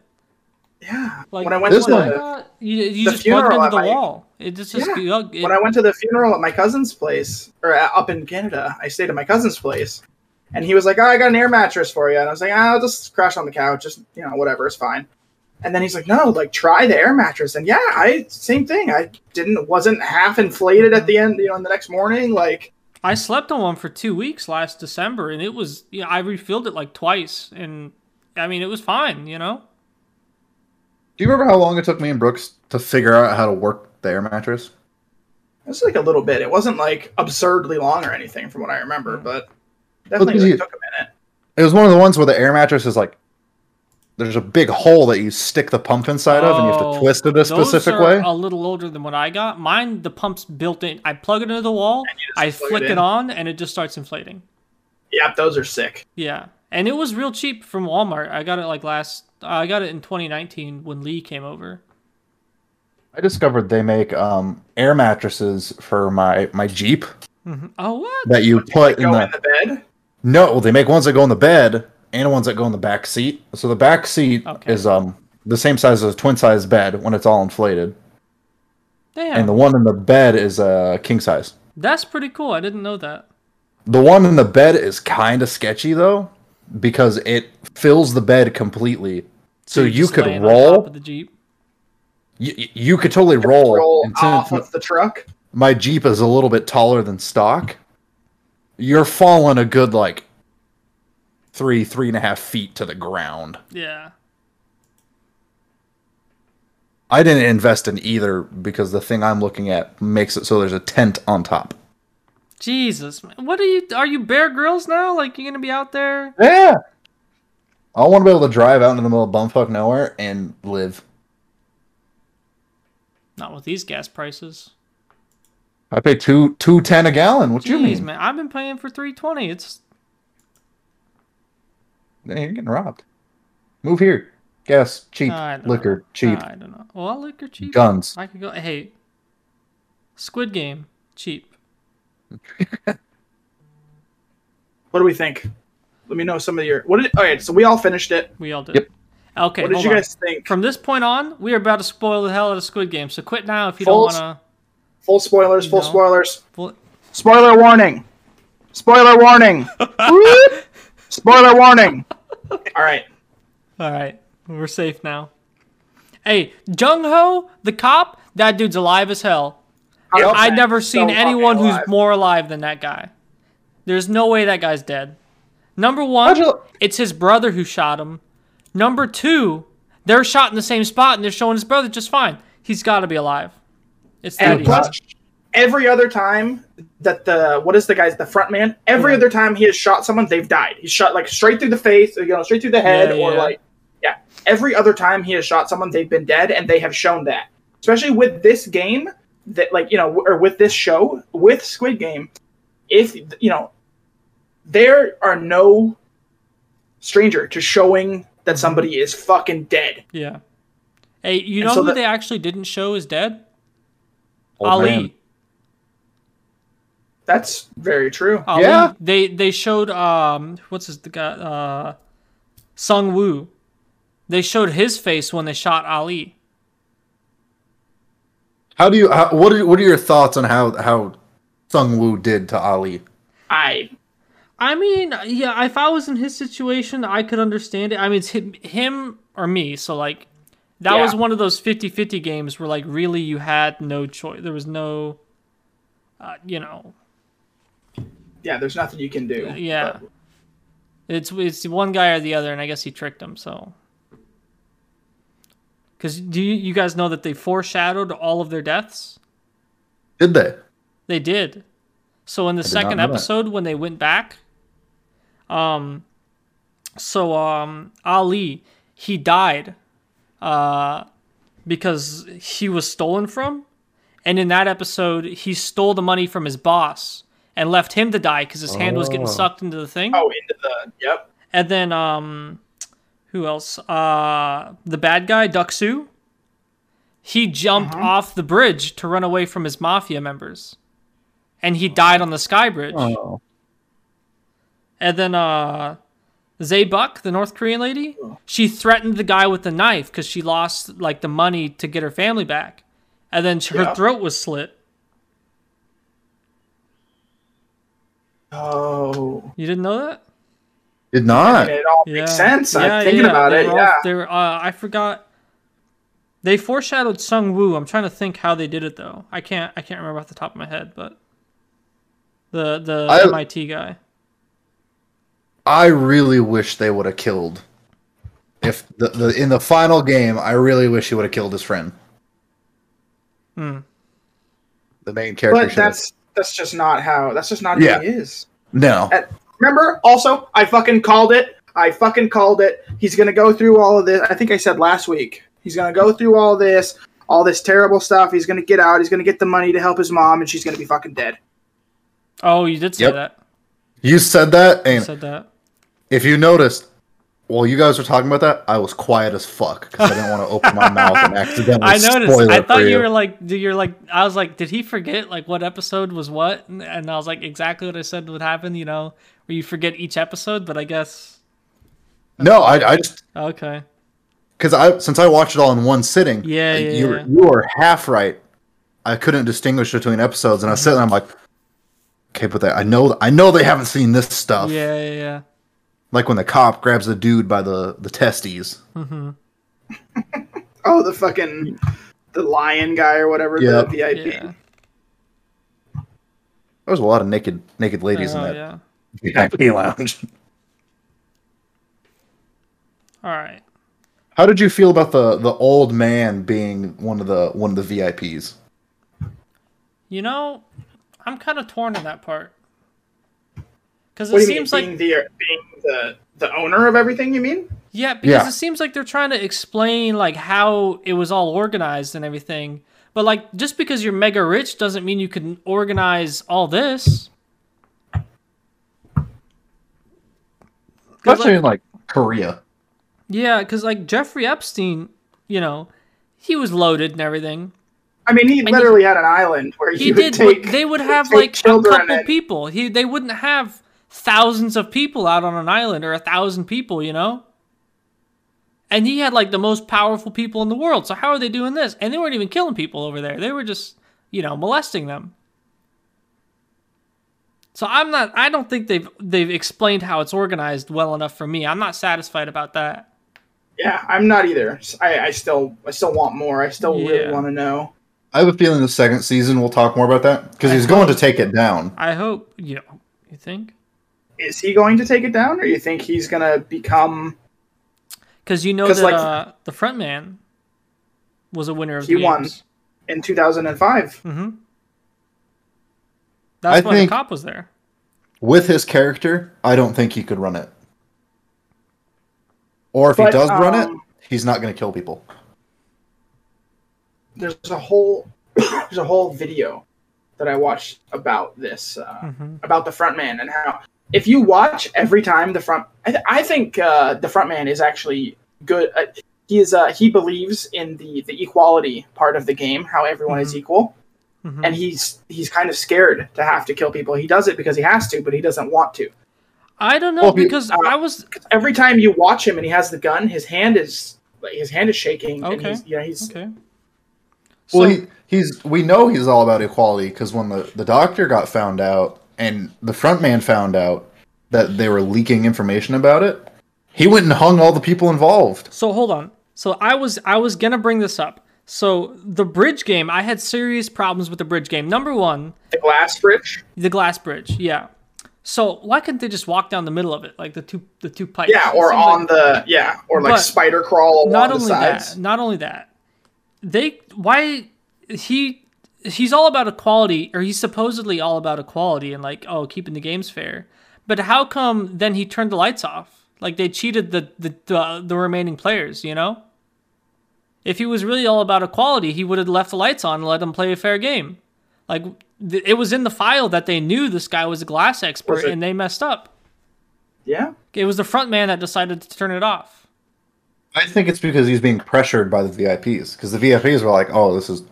Speaker 1: Yeah.
Speaker 2: like
Speaker 1: when I went
Speaker 3: This
Speaker 1: to
Speaker 2: what I
Speaker 3: one-
Speaker 1: the,
Speaker 2: got- you, you
Speaker 1: the
Speaker 2: just plug it
Speaker 1: funeral
Speaker 2: into the
Speaker 1: I like-
Speaker 2: wall. It just, just it-
Speaker 1: when I went to the funeral at my cousin's place or uh, up in Canada, I stayed at my cousin's place, and he was like, "Oh, I got an air mattress for you," and I was like, "Ah, "I'll just crash on the couch, just you know, whatever, it's fine." And then he's like, "No, like try the air mattress," and yeah, I same thing. I didn't wasn't half inflated at the end, you know, on the next morning, like.
Speaker 2: I slept on one for two weeks last December, and it was yeah. I refilled it like twice, and I mean it was fine. You know,
Speaker 3: Do you remember how long it took me and Brooks to figure out how to work the air mattress?
Speaker 1: It was like a little bit. It wasn't like absurdly long or anything, from what I remember, but definitely
Speaker 3: because you-
Speaker 1: took a minute.
Speaker 3: It was one of the ones where the air mattress is like there's a big hole that you stick the pump inside of and you have to
Speaker 2: Oh,
Speaker 3: twist it a specific
Speaker 2: those are
Speaker 3: way.
Speaker 2: A little older than what I got. Mine, the pump's built in. I plug it into the wall,
Speaker 1: just plug
Speaker 2: I
Speaker 1: it
Speaker 2: flick it,
Speaker 1: in.
Speaker 2: on, and it just starts inflating.
Speaker 1: Yep, those are sick.
Speaker 2: Yeah, and it was real cheap from Walmart. I got it like last. I got it in 2019 when Lee came over.
Speaker 3: I discovered they make um, air mattresses for my my Jeep
Speaker 1: Mm-hmm.
Speaker 2: Oh what?
Speaker 3: that you put in
Speaker 1: Go
Speaker 3: the,
Speaker 1: in the bed.
Speaker 3: no. Well, they make ones that go in the bed and ones that go in the back seat. So the back seat
Speaker 2: Okay.
Speaker 3: is um the same size as a twin size bed when it's all inflated,
Speaker 2: Damn,
Speaker 3: and the one in the bed is uh, king size.
Speaker 2: that's pretty cool. I didn't know that.
Speaker 3: The one in the bed is kind of sketchy though, because it fills the bed completely. So
Speaker 2: Dude,
Speaker 3: you
Speaker 2: just
Speaker 3: could
Speaker 2: laying on top
Speaker 3: roll.
Speaker 2: of the jeep.
Speaker 3: You, you could totally roll.
Speaker 1: Roll
Speaker 3: and
Speaker 1: off
Speaker 3: since
Speaker 1: of the truck.
Speaker 3: my Jeep is a little bit taller than stock. You're falling a good like three, three and a half feet to the ground.
Speaker 2: Yeah.
Speaker 3: I didn't invest in either because the thing I'm looking at makes it so there's a tent on top.
Speaker 2: Jesus, man. what are you? Are you Bear Grylls now? Like you gonna be out there?
Speaker 3: Yeah. I want to be able to drive out into the middle of bumfuck nowhere and live.
Speaker 2: Not with these gas prices.
Speaker 3: I pay two two ten a gallon. What you
Speaker 2: Jeez,
Speaker 3: mean?
Speaker 2: man, I've been paying for three twenty. It's
Speaker 3: Hey, you're getting robbed. Move here. Gas cheap,
Speaker 2: I don't
Speaker 3: liquor cheap,
Speaker 2: I don't know. Well, liquor cheap.
Speaker 3: guns.
Speaker 2: I could go. Hey, Squid Game cheap.
Speaker 1: What do we think? Let me know some of your. What did? All right, so we all finished it.
Speaker 2: We all did.
Speaker 3: Yep.
Speaker 2: Okay,
Speaker 1: what did
Speaker 2: hold
Speaker 1: you
Speaker 2: on.
Speaker 1: guys think?
Speaker 2: From this point on, we are about to spoil the hell out of Squid Game. So quit now if you
Speaker 1: False.
Speaker 2: don't wanna.
Speaker 1: Full spoilers. Full
Speaker 2: No.
Speaker 1: spoilers.
Speaker 2: Well,
Speaker 1: Spoiler warning. Spoiler warning. Whoop. spoiler warning. All right.
Speaker 2: all right, we're safe now. Hey, Jung Ho, the cop. That dude's alive as hell.
Speaker 3: Yep.
Speaker 2: I've
Speaker 1: Okay,
Speaker 2: never
Speaker 1: so
Speaker 2: seen
Speaker 1: fucking
Speaker 2: anyone who's
Speaker 1: alive.
Speaker 2: more alive than that guy. There's no way that guy's dead. Number one,
Speaker 3: How'd you-
Speaker 2: it's his brother who shot him. Number two, they're shot in the same spot and they're showing his brother just fine. He's got to be alive. It's that
Speaker 1: And
Speaker 2: easy.
Speaker 1: plus, every other time that the what is the guy's the front man? Every other time he has shot someone, they've died. He's shot like straight through the face, or, you know, straight through the head,
Speaker 2: Yeah,
Speaker 1: or
Speaker 2: yeah.
Speaker 1: like yeah. Every other time he has shot someone, they've been dead, and they have shown that. Especially with this game, that like you know, or with this show, with Squid Game, if you know, there are no stranger to showing
Speaker 2: Mm-hmm.
Speaker 1: that somebody is fucking dead.
Speaker 2: Yeah. Hey, you
Speaker 1: And
Speaker 2: know
Speaker 1: so
Speaker 2: who
Speaker 1: the-
Speaker 2: they actually didn't show is dead?
Speaker 3: Old
Speaker 2: Ali.
Speaker 3: man.
Speaker 1: That's very true.
Speaker 2: Ali.
Speaker 3: Yeah.
Speaker 2: They they showed um what's his the guy uh Sung Woo. They showed his face when they shot Ali.
Speaker 3: How do you? How, what are what are your thoughts on how how Sung Woo did to Ali?
Speaker 1: I
Speaker 2: I mean, yeah, if I was in his situation, I could understand it. I mean, it's him, him or me. So, like, that
Speaker 1: Yeah.
Speaker 2: was one of those 50 50 games where, like, really you had no choice. There was no, uh, you know,
Speaker 1: yeah. There's nothing you can do.
Speaker 2: yeah. It's, it's one guy or the other, and I guess he tricked him, so. Because do you, you guys know that they foreshadowed all of their deaths?
Speaker 3: Did they?
Speaker 2: They did. So in the
Speaker 3: did not
Speaker 2: second
Speaker 3: know that.
Speaker 2: episode, when they went back, um, so um, Ali he died, uh, because he was stolen from, and in that episode he stole the money from his boss and left him to die because his hand was getting sucked into the thing.
Speaker 1: Oh, into the yep.
Speaker 2: And then um who else? Uh the bad guy, Duxu. He jumped off the bridge to run away from his mafia members. And he died on the sky bridge.
Speaker 3: Oh,
Speaker 2: And then uh Zay Buck, the North Korean lady, she threatened the guy with the knife because she lost like the money to get her family back. And then her
Speaker 1: Yeah.
Speaker 2: throat was slit.
Speaker 1: Oh,
Speaker 2: You didn't know that?
Speaker 3: did
Speaker 1: and
Speaker 3: not.
Speaker 1: it all makes sense. I'm thinking about
Speaker 2: they
Speaker 1: it.
Speaker 2: were all-
Speaker 1: Yeah,
Speaker 2: they were, uh, I forgot. They foreshadowed Sung Woo. I'm trying to think how they did it though. I can't. I can't remember off the top of my head, but the the
Speaker 3: I-
Speaker 2: MIT guy.
Speaker 3: I really wish they would have killed. If the, the in the final game, I really wish he would have killed his friend.
Speaker 2: Hmm.
Speaker 3: The main character.
Speaker 1: but
Speaker 3: should've-
Speaker 1: that's that's just not how. That's just not
Speaker 3: Yeah.
Speaker 1: who he is.
Speaker 3: no.
Speaker 1: At- remember, also, I fucking called it. I fucking called it. He's gonna go through all of this. I think I said last week. He's gonna go through all this, all this terrible stuff. He's gonna get out. He's gonna get the money to help his mom, and she's gonna be fucking dead.
Speaker 2: Oh, you did say
Speaker 3: Yep.
Speaker 2: that.
Speaker 3: You said that,
Speaker 2: You
Speaker 3: and
Speaker 2: said that.
Speaker 3: if you noticed, While you guys were talking about that, I was quiet as fuck because I didn't want to open my mouth and accidentally
Speaker 2: I noticed.
Speaker 3: spoil
Speaker 2: I
Speaker 3: it
Speaker 2: thought
Speaker 3: for
Speaker 2: you were like, d- you're like, I was like, did he forget like what episode was what? And and I was like, exactly what I said would happen, you know, where you forget each episode. But I guess
Speaker 3: No, I, I just
Speaker 2: okay,
Speaker 3: because I since I watched it all in one sitting.
Speaker 2: Yeah,
Speaker 3: and
Speaker 2: yeah,
Speaker 3: you were
Speaker 2: yeah.
Speaker 3: you were half right. I couldn't distinguish between episodes, and I was sitting. there, I'm like, okay, but they, I know I know they haven't seen this stuff.
Speaker 2: yeah, yeah, yeah.
Speaker 3: Like when the cop grabs the dude by the the testes.
Speaker 1: Oh, the fucking the lion guy or whatever.
Speaker 3: Yeah.
Speaker 1: The VIP.
Speaker 2: Yeah.
Speaker 3: There was a lot of naked naked ladies
Speaker 2: Oh,
Speaker 3: in that
Speaker 2: yeah.
Speaker 3: VIP lounge.
Speaker 2: All right.
Speaker 3: How did you feel about the the old man being one of the one of the VIPs?
Speaker 2: You know, I'm kind of torn on that part because
Speaker 1: What
Speaker 2: it
Speaker 1: do you
Speaker 2: seems
Speaker 1: mean?
Speaker 2: like
Speaker 1: being the being the the owner of everything. You mean?
Speaker 2: Yeah, because
Speaker 3: Yeah.
Speaker 2: it seems like they're trying to explain like how it was all organized and everything. But like just because you're mega rich doesn't mean you can organize all this. 'Cause, like-
Speaker 3: Especially in like Korea.
Speaker 2: yeah, because like Jeffrey Epstein, you know, he was loaded and everything.
Speaker 1: I mean, he
Speaker 2: he-
Speaker 1: literally had an island where he,
Speaker 2: He
Speaker 1: would
Speaker 2: did.
Speaker 1: take.
Speaker 2: but they would have
Speaker 1: take
Speaker 2: like a
Speaker 1: children
Speaker 2: couple
Speaker 1: and-
Speaker 2: people. He they wouldn't have thousands of people out on an island or a thousand people, you know. And he had like the most powerful people in the world. So how are they doing this? And they weren't even killing people over there. They were just, you know, molesting them. So I'm not. I don't think they've they've explained how it's organized well enough for me. I'm not satisfied about that.
Speaker 1: Yeah, I'm not either. S- I, I still I still want more. I still
Speaker 2: Yeah.
Speaker 1: really want to know.
Speaker 3: I have a feeling the second season we'll talk more about that because he's going to take it down.
Speaker 2: I hope you know. You think?
Speaker 1: Is he going to take it down, or you think he's gonna become?
Speaker 2: Because you know
Speaker 1: 'Cause,
Speaker 2: that
Speaker 1: like-
Speaker 2: uh, the front man was a winner of
Speaker 1: He
Speaker 2: the
Speaker 1: won.
Speaker 2: games.
Speaker 1: in 2005.
Speaker 2: Mm-hmm. That's
Speaker 3: I
Speaker 2: why
Speaker 3: think-
Speaker 2: the cop was there.
Speaker 3: With his character, I don't think he could run it. Or if he
Speaker 1: But,
Speaker 3: does run it,
Speaker 1: um,
Speaker 3: he's not going to kill people.
Speaker 1: There's a whole there's a whole video that I watched about this uh,
Speaker 2: Mm-hmm.
Speaker 1: about the front man and how if you watch every time the front I, th- I think uh, the front man is actually good. Uh, he is uh, he believes in the the equality part of the game, how everyone is
Speaker 2: Mm-hmm.
Speaker 1: equal.
Speaker 2: Mhm.
Speaker 1: And he's he's kind of scared to have to kill people. He does it because he has to, but he doesn't want to.
Speaker 2: I don't know
Speaker 3: Well, he- uh,
Speaker 2: because I was
Speaker 1: every time you watch him and he has the gun, his hand is like his hand is shaking. And
Speaker 2: Okay.
Speaker 1: he's, yeah, he's
Speaker 2: okay. So-
Speaker 3: well, he, he's we know he's all about equality because when the, the doctor got found out and the front man found out that they were leaking information about it, he went and hung all the people involved.
Speaker 2: So hold on. So I was I was gonna bring this up. So the bridge game, I had serious problems with the bridge game. Number one,
Speaker 1: the glass bridge.
Speaker 2: the glass bridge. Yeah. So why couldn't they just walk down the middle of it, like the two the two pipes?
Speaker 1: Yeah,
Speaker 2: It
Speaker 1: or
Speaker 2: seemed
Speaker 1: on the yeah, or like
Speaker 2: But
Speaker 1: spider crawl along
Speaker 2: not
Speaker 1: the
Speaker 2: only
Speaker 1: sides.
Speaker 2: that not only that they why he he's all about equality or he's supposedly all about equality and like oh keeping the games fair but how come then he turned the lights off like they cheated the the the, the remaining players you know if he was really all about equality he would have left the lights on and let them play a fair game like th- it was in the file that they knew this guy was a glass expert
Speaker 1: Was it-
Speaker 2: and they messed up
Speaker 1: Yeah,
Speaker 2: it was the front man that decided to turn it off
Speaker 3: I think it's because he's being pressured by the VIPs because the VIPs were like, "Oh, this is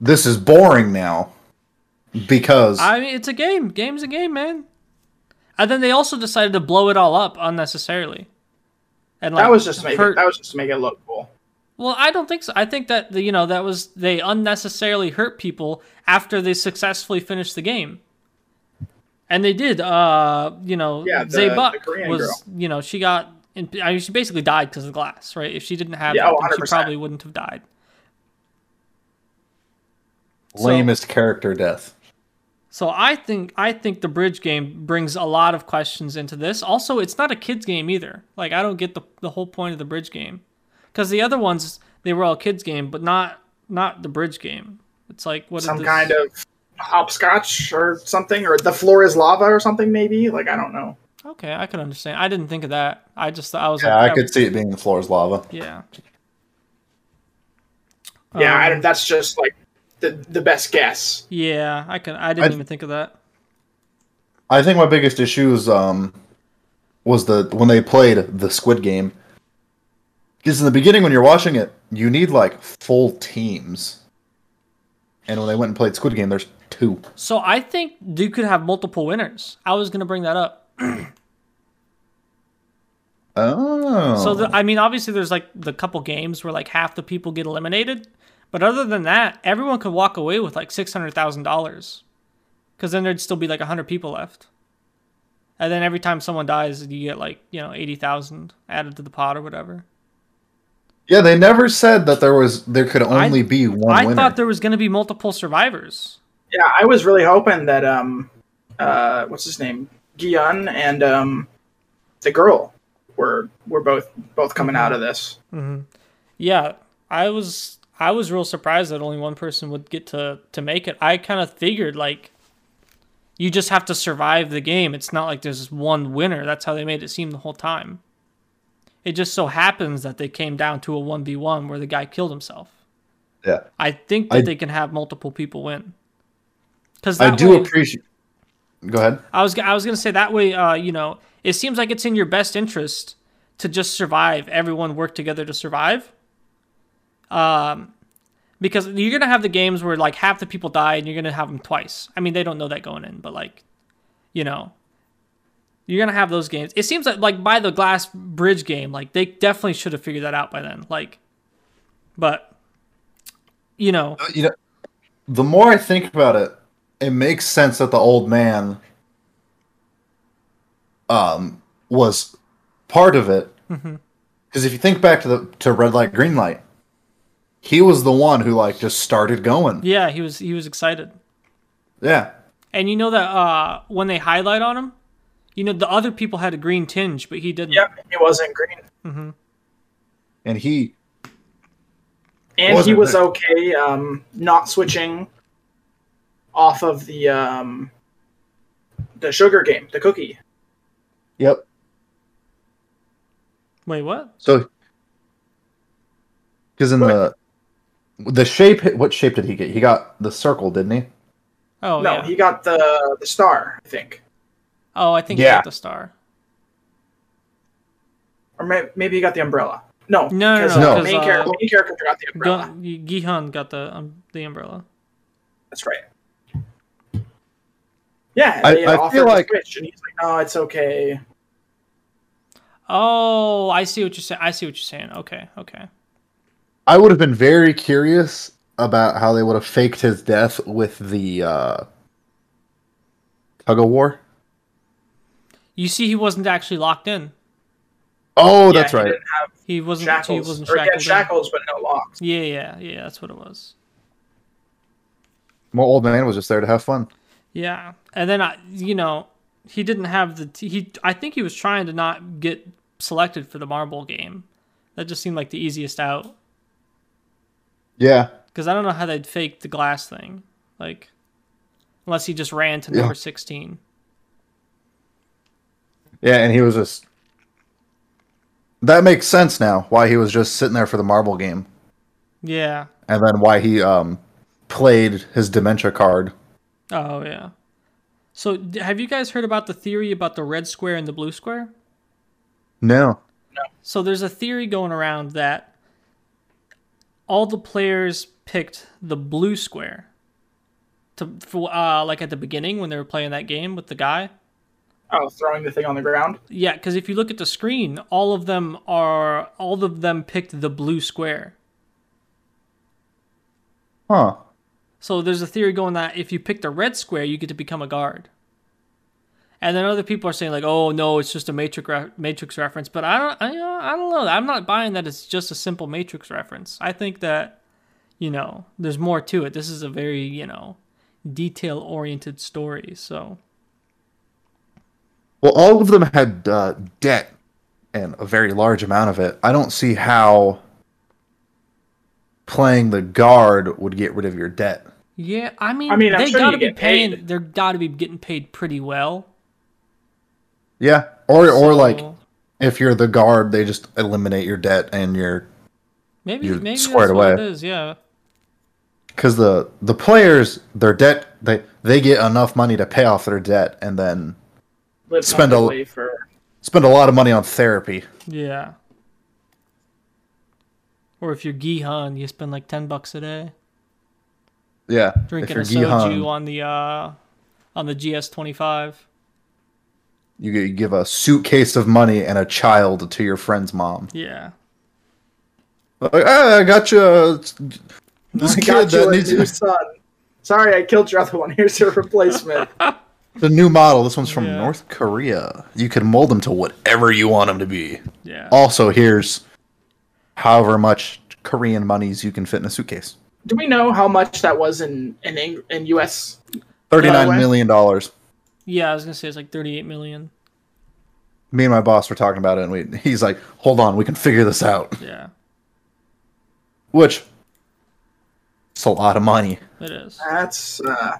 Speaker 3: this is boring now," because
Speaker 2: I mean, it's a game. Game's a game, man. And then they also decided to blow it all up unnecessarily. And like,
Speaker 1: that was just to make
Speaker 2: hurt-
Speaker 1: it, that was just to make it look cool.
Speaker 2: well, I don't think so. I think that the, you know that was they unnecessarily hurt people after they successfully finished the game. And they did. Uh, you know,
Speaker 1: Yeah, the-
Speaker 2: Zay
Speaker 1: the
Speaker 2: Buck
Speaker 1: Korean
Speaker 2: was
Speaker 1: girl.
Speaker 2: you know she got. In, I mean, she basically died because of the glass, right? If she didn't have
Speaker 1: Yeah,
Speaker 2: that,
Speaker 1: oh,
Speaker 2: then she
Speaker 1: 100%.
Speaker 2: probably wouldn't have died. so-
Speaker 3: lamest character death.
Speaker 2: So I think I think the bridge game brings a lot of questions into this. Also, it's not a kids game either. Like I don't get the the whole point of the bridge game, because the other ones they were all kids game, but not not the bridge game. It's like what is
Speaker 1: Some
Speaker 2: this?
Speaker 1: kind of hopscotch or something, or the floor is lava or something. Maybe like I don't know.
Speaker 2: okay. I could understand. I didn't think of that. I just I was
Speaker 3: Yeah,
Speaker 2: like
Speaker 3: I could see it being the floor's lava.
Speaker 2: yeah
Speaker 1: Yeah, I
Speaker 2: Um,
Speaker 1: don't, that's just like the the best guess.
Speaker 2: yeah I can I didn't
Speaker 3: I-
Speaker 2: even think of that.
Speaker 3: I think my biggest issue is um was the when they played the Squid Game Because in the beginning, when you're watching it, you need like full teams. And when they went and played Squid Game, there's two.
Speaker 2: So I think you could have multiple winners. I was gonna bring that up.
Speaker 3: Oh.
Speaker 2: So the, I mean, obviously, there's like the couple games where like half the people get eliminated, but other than that, everyone could walk away with like six hundred thousand dollars, because then there'd still be like hundred people left, and then every time someone dies, you get like you know eighty thousand added to the pot or whatever.
Speaker 3: yeah, they never said that there was there could only be one
Speaker 2: I
Speaker 3: winner.
Speaker 2: thought there was gonna be multiple survivors.
Speaker 1: Yeah, I was really hoping that um, uh, what's his name, Gian and um, the girl were were both both coming out of this.
Speaker 2: Yeah, I was I was real surprised that only one person would get to to make it. I kind of figured like you just have to survive the game. It's not like there's just one winner. That's how they made it seem the whole time. It just so happens that they came down to a 1v1 where the guy killed himself.
Speaker 3: yeah.
Speaker 2: I think that
Speaker 3: I-
Speaker 2: they can have multiple people win. Cuz
Speaker 3: I do appreciate Go ahead.
Speaker 2: I was I was gonna say that way. Uh, you know, it seems like it's in your best interest to just survive. Everyone work together to survive. Um, because you're gonna have the games where like half the people die, and you're gonna have them twice. I mean, they don't know that going in, but like, you know, you're gonna have those games. It seems like like by the glass bridge game, like they definitely should have figured that out by then. Like, but you know,
Speaker 3: Uh, you know, the more I think about it, it makes sense that the old man um, was part of it. Because if you think back to the to red light, green light, he was the one who like just started going.
Speaker 2: yeah, he was he was excited.
Speaker 3: Yeah,
Speaker 2: And you know that uh, when they highlight on him, you know the other people had a green tinge, but he didn't. Mm-hmm.
Speaker 1: Yep, he wasn't green,
Speaker 3: and he
Speaker 1: and he
Speaker 3: Wasn't
Speaker 1: was
Speaker 3: there.
Speaker 1: okay um, not switching off of the um, the sugar game, the cookie.
Speaker 3: yep.
Speaker 2: Wait, what?
Speaker 3: So because in the the shape, what shape did he get? He got the circle, didn't he?
Speaker 2: Oh
Speaker 1: no,
Speaker 2: yeah.
Speaker 1: he got the the star, I think,
Speaker 2: oh, I think he
Speaker 3: Yeah.
Speaker 2: got the star.
Speaker 1: or may- maybe he got the umbrella. No,
Speaker 2: No, no,
Speaker 1: 'cause
Speaker 3: no,
Speaker 1: the main,
Speaker 2: 'cause,
Speaker 1: character,
Speaker 2: uh,
Speaker 1: main character got the umbrella.
Speaker 2: Gun- Gihan got the um, the umbrella.
Speaker 1: That's right. Yeah,
Speaker 3: I-
Speaker 1: they
Speaker 3: I
Speaker 1: offered
Speaker 3: feel
Speaker 1: to
Speaker 3: like- Oh,
Speaker 1: switch, and he's like, "No, it's okay."
Speaker 2: Oh, I see what you're saying. I see what you're saying. Okay, okay.
Speaker 3: I would have been very curious about how they would have faked his death with the uh, tug of war.
Speaker 2: You see, he wasn't actually locked in.
Speaker 3: Oh,
Speaker 1: Yeah,
Speaker 3: that's
Speaker 1: he
Speaker 3: right.
Speaker 1: didn't have
Speaker 2: He wasn't. He
Speaker 1: shackles,
Speaker 2: wasn't
Speaker 1: or he
Speaker 2: shackled.
Speaker 1: had shackles but no locks.
Speaker 2: in. Yeah, yeah, yeah. That's what it was.
Speaker 3: My old man was just there to have fun.
Speaker 2: Yeah, and then I, you know, he didn't have the t- he. I think he was trying to not get selected for the marble game. That just seemed like the easiest out.
Speaker 3: Yeah,
Speaker 2: Because I don't know how they'd fake the glass thing. Like, unless he just ran to
Speaker 3: Yeah.
Speaker 2: number 16.
Speaker 3: yeah, and he was just. That makes sense now. Why he was just sitting there for the marble game,
Speaker 2: Yeah.
Speaker 3: and then why he um played his dementia card.
Speaker 2: Oh, yeah. So, d- have you guys heard about the theory about the red square and the blue square?
Speaker 3: No.
Speaker 2: So, there's a theory going around that all the players picked the blue square to for, uh, like at the beginning when they were playing that game with the guy.
Speaker 1: Oh, throwing the thing on the ground.
Speaker 2: Yeah, because if you look at the screen, all of them are all of them picked the blue square.
Speaker 3: Huh.
Speaker 2: So there's a theory going that if you pick the red square, you get to become a guard. And then other people are saying like, "Oh no, it's just a matrix re- matrix reference." But I don't, I, you know, I don't know. I'm not buying that it's just a simple matrix reference. I think that, you know, there's more to it. This is a very, you know, detail oriented story. So
Speaker 3: Well, all of them had uh, debt, and a very large amount of it. I don't see how playing the guard would get rid of your debt.
Speaker 2: yeah, I mean,
Speaker 1: I mean, I'm
Speaker 2: they
Speaker 1: sure you
Speaker 2: gotta be
Speaker 1: get
Speaker 2: paying.
Speaker 1: paid.
Speaker 2: They're gotta be getting paid pretty well.
Speaker 3: Yeah, or or like
Speaker 2: So
Speaker 3: if you're the guard, they just eliminate your debt and your
Speaker 2: maybe
Speaker 3: you're
Speaker 2: maybe that's
Speaker 3: squared
Speaker 2: what it
Speaker 3: away.
Speaker 2: is. Yeah.
Speaker 3: because the the players their debt they they get enough money to pay off their debt and then
Speaker 1: Live
Speaker 3: Spend a-
Speaker 1: comfortably for
Speaker 3: spend a lot of money on therapy.
Speaker 2: Yeah. Or if you're Gihan, you spend like ten bucks a day
Speaker 3: Yeah.
Speaker 2: drinking a
Speaker 3: if you're
Speaker 2: soju
Speaker 3: Gihan,
Speaker 2: on the uh, on the GS twenty five.
Speaker 3: you g- give a suitcase of money and a child to your friend's mom.
Speaker 2: Yeah,
Speaker 3: Like, ah, I got you. uh, This
Speaker 1: I
Speaker 3: kid
Speaker 1: got you
Speaker 3: that
Speaker 1: a
Speaker 3: needs
Speaker 1: new son. Sorry, I killed your other one. Here's your replacement.
Speaker 3: the new model. This one's from
Speaker 2: Yeah.
Speaker 3: North Korea. You can mold them to whatever you want them to be.
Speaker 2: yeah.
Speaker 3: Also, here's however much Korean monies you can fit in a suitcase.
Speaker 1: Do we know how much that was in in Eng- in U.S.
Speaker 3: Thirty-nine million dollars.
Speaker 2: Yeah, I was gonna say it's like thirty-eight million.
Speaker 3: Me and my boss were talking about it, and we, he's like, "Hold on, we can figure this out."
Speaker 2: Yeah,
Speaker 3: Which, it's a lot of money.
Speaker 2: it is.
Speaker 1: That's uh,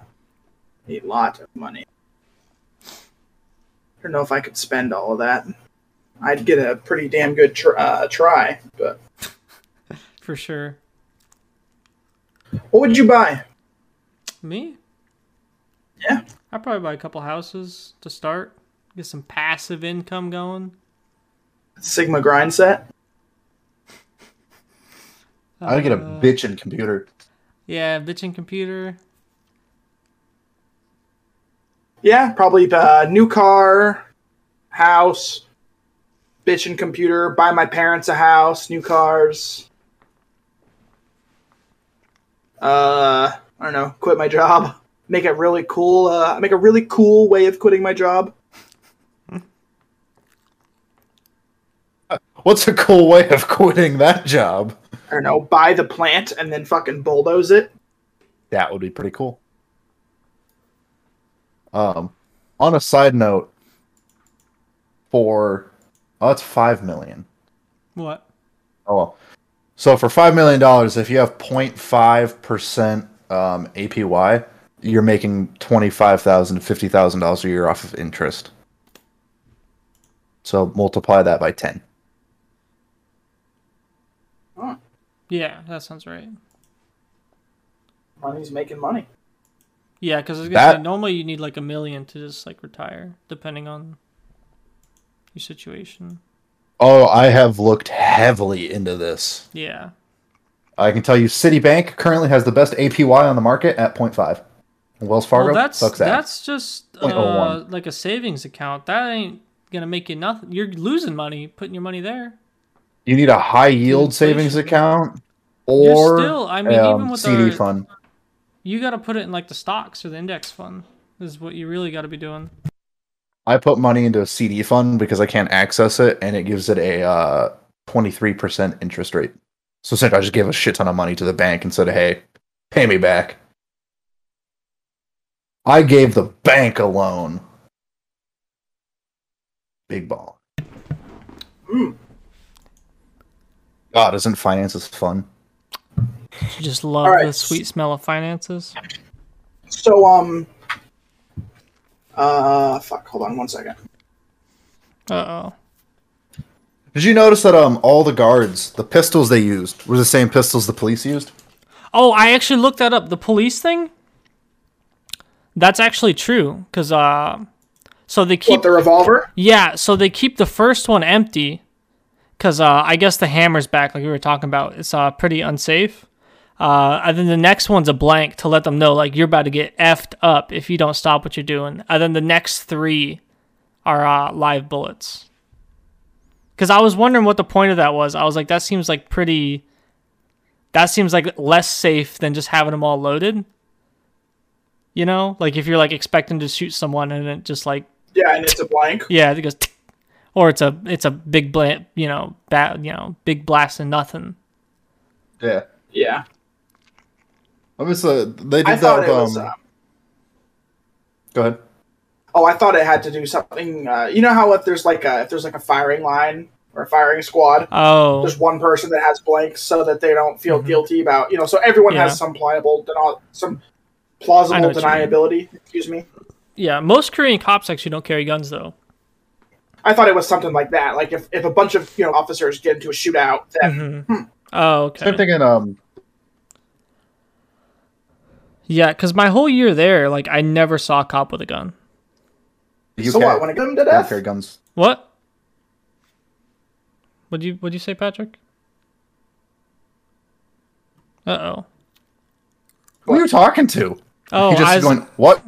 Speaker 1: a lot of money. I don't know if I could spend all of that. I'd get a pretty damn good tr- uh, try, but
Speaker 2: For sure.
Speaker 1: what would you buy?
Speaker 2: Me?
Speaker 1: Yeah.
Speaker 2: I'd probably buy a couple houses to start. Get some passive income going.
Speaker 1: Sigma grind set.
Speaker 3: I'd get a
Speaker 2: Uh,
Speaker 3: bitchin' computer.
Speaker 2: Yeah, bitching computer.
Speaker 1: Yeah, probably uh, new car, house, bitch and computer. Buy my parents a house, new cars. Uh, I don't know. Quit my job. Make a really cool. Uh, make a really cool way of quitting my job.
Speaker 3: What's a cool way of quitting that job?
Speaker 1: I don't know. Buy the plant and then fucking bulldoze it.
Speaker 3: That would be pretty cool. Um, on a side note, for oh, it's five million.
Speaker 2: What?
Speaker 3: Oh, well. so for five million dollars, if you have 0.5 percent um, APY, you're making twenty-five thousand to fifty thousand dollars a year off of interest. So multiply that by ten.
Speaker 1: Oh,
Speaker 2: Yeah, that sounds right.
Speaker 1: money's making money.
Speaker 2: Yeah, because I was gonna
Speaker 3: That-
Speaker 2: say normally you need like a million to just like retire, depending on your situation.
Speaker 3: Oh, I have looked heavily into this.
Speaker 2: Yeah.
Speaker 3: I can tell you, Citibank currently has the best APY on the market at 0.5. And Wells Fargo
Speaker 2: well, that's
Speaker 3: sucks ass.
Speaker 2: that's just uh,
Speaker 3: 0.01.
Speaker 2: like a savings account. That ain't gonna make you nothing. You're losing money putting your money there.
Speaker 3: You need a high yield
Speaker 2: Inflation.
Speaker 3: savings account
Speaker 2: You're
Speaker 3: or
Speaker 2: still- I mean,
Speaker 3: um,
Speaker 2: even with
Speaker 3: CD
Speaker 2: our-
Speaker 3: fund.
Speaker 2: You got to put it in like the stocks or the index fund. Is what you really got to be doing.
Speaker 3: I put money into a CD fund because I can't access it, and it gives it a uh, 23% interest rate. So essentially, I just gave a shit ton of money to the bank and said, hey, pay me back. I gave the bank a loan. Big ball.
Speaker 1: Mm.
Speaker 3: God, isn't finances fun?
Speaker 2: You just love
Speaker 1: All right.
Speaker 2: the sweet smell of finances.
Speaker 1: So um. Uh, fuck. Hold on one second.
Speaker 2: Uh oh.
Speaker 3: Did you notice that um all the guards, the pistols they used were the same pistols the police used?
Speaker 2: Oh, I actually looked that up. The police thing. That's actually true, cause uh, so they keep
Speaker 1: What the revolver?
Speaker 2: yeah, so they keep the first one empty, cause uh, I guess the hammer's back, like we were talking about. It's uh pretty unsafe. Uh, and then the next one's a blank to let them know like you're about to get effed up if you don't stop what you're doing. And then the next three are uh, live bullets. Cause I was wondering what the point of that was. I was like, that seems like pretty. That seems like less safe than just having them all loaded. You know, like if you're like expecting to shoot someone and it just like
Speaker 1: Yeah, and it's a blank.
Speaker 2: yeah, it goes, tick. or it's a it's a big bla- you know, bat, you know, big blast and nothing.
Speaker 3: Yeah.
Speaker 1: Yeah.
Speaker 3: I mean, so they did
Speaker 1: I
Speaker 3: that
Speaker 1: thought
Speaker 3: with,
Speaker 1: it was.
Speaker 3: um,
Speaker 1: uh,
Speaker 3: Go ahead.
Speaker 1: Oh, I thought it had to do something. Uh, you know how if there's like a if there's like a firing line or a firing squad,
Speaker 2: Oh,
Speaker 1: there's one person that has blanks so that they don't feel guilty about you know. So everyone
Speaker 2: Mm-hmm. Yeah.
Speaker 1: has some pliable, deni- some
Speaker 2: I know
Speaker 1: plausible
Speaker 2: what you mean.
Speaker 1: deniability. Excuse me.
Speaker 2: yeah. Most Korean cops actually don't carry guns though.
Speaker 1: I thought it was something like that. Like if, if a bunch of you know officers get into a shootout, then
Speaker 2: Oh,
Speaker 3: Same
Speaker 2: okay.
Speaker 3: thing in um
Speaker 2: Yeah, because my whole year there, like, I never saw a cop with a gun.
Speaker 3: the UK.
Speaker 1: so what? When I get them to
Speaker 3: Don't
Speaker 1: death,
Speaker 3: carry guns.
Speaker 2: What? Would you Would you say, Patrick? Uh oh.
Speaker 3: Who are you talking to?
Speaker 2: Oh,
Speaker 3: You're just
Speaker 2: I was-
Speaker 3: going, what?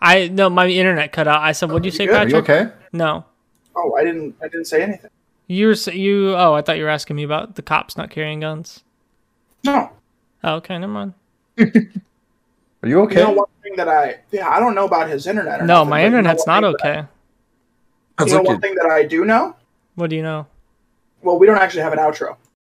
Speaker 2: I no, my internet cut out. I said, "What'd you say,
Speaker 1: you good?
Speaker 3: Are
Speaker 2: Patrick?"
Speaker 3: you okay?
Speaker 2: No,
Speaker 1: Oh, I didn't. I didn't say anything.
Speaker 2: you're s- you. Oh, I thought you were asking me about the cops not carrying guns.
Speaker 1: No.
Speaker 2: Oh, okay, never mind.
Speaker 3: Are you
Speaker 1: You know
Speaker 3: okay?
Speaker 1: one thing that I yeah I don't know about his internet. Or
Speaker 2: No,
Speaker 1: nothing, but
Speaker 2: my
Speaker 1: you know
Speaker 2: internet's
Speaker 1: one
Speaker 2: not
Speaker 1: thing that-
Speaker 2: okay.
Speaker 3: I was
Speaker 1: You know
Speaker 3: like,
Speaker 1: one thing that I do know.
Speaker 2: What do you know?
Speaker 1: Well, we don't actually have an outro.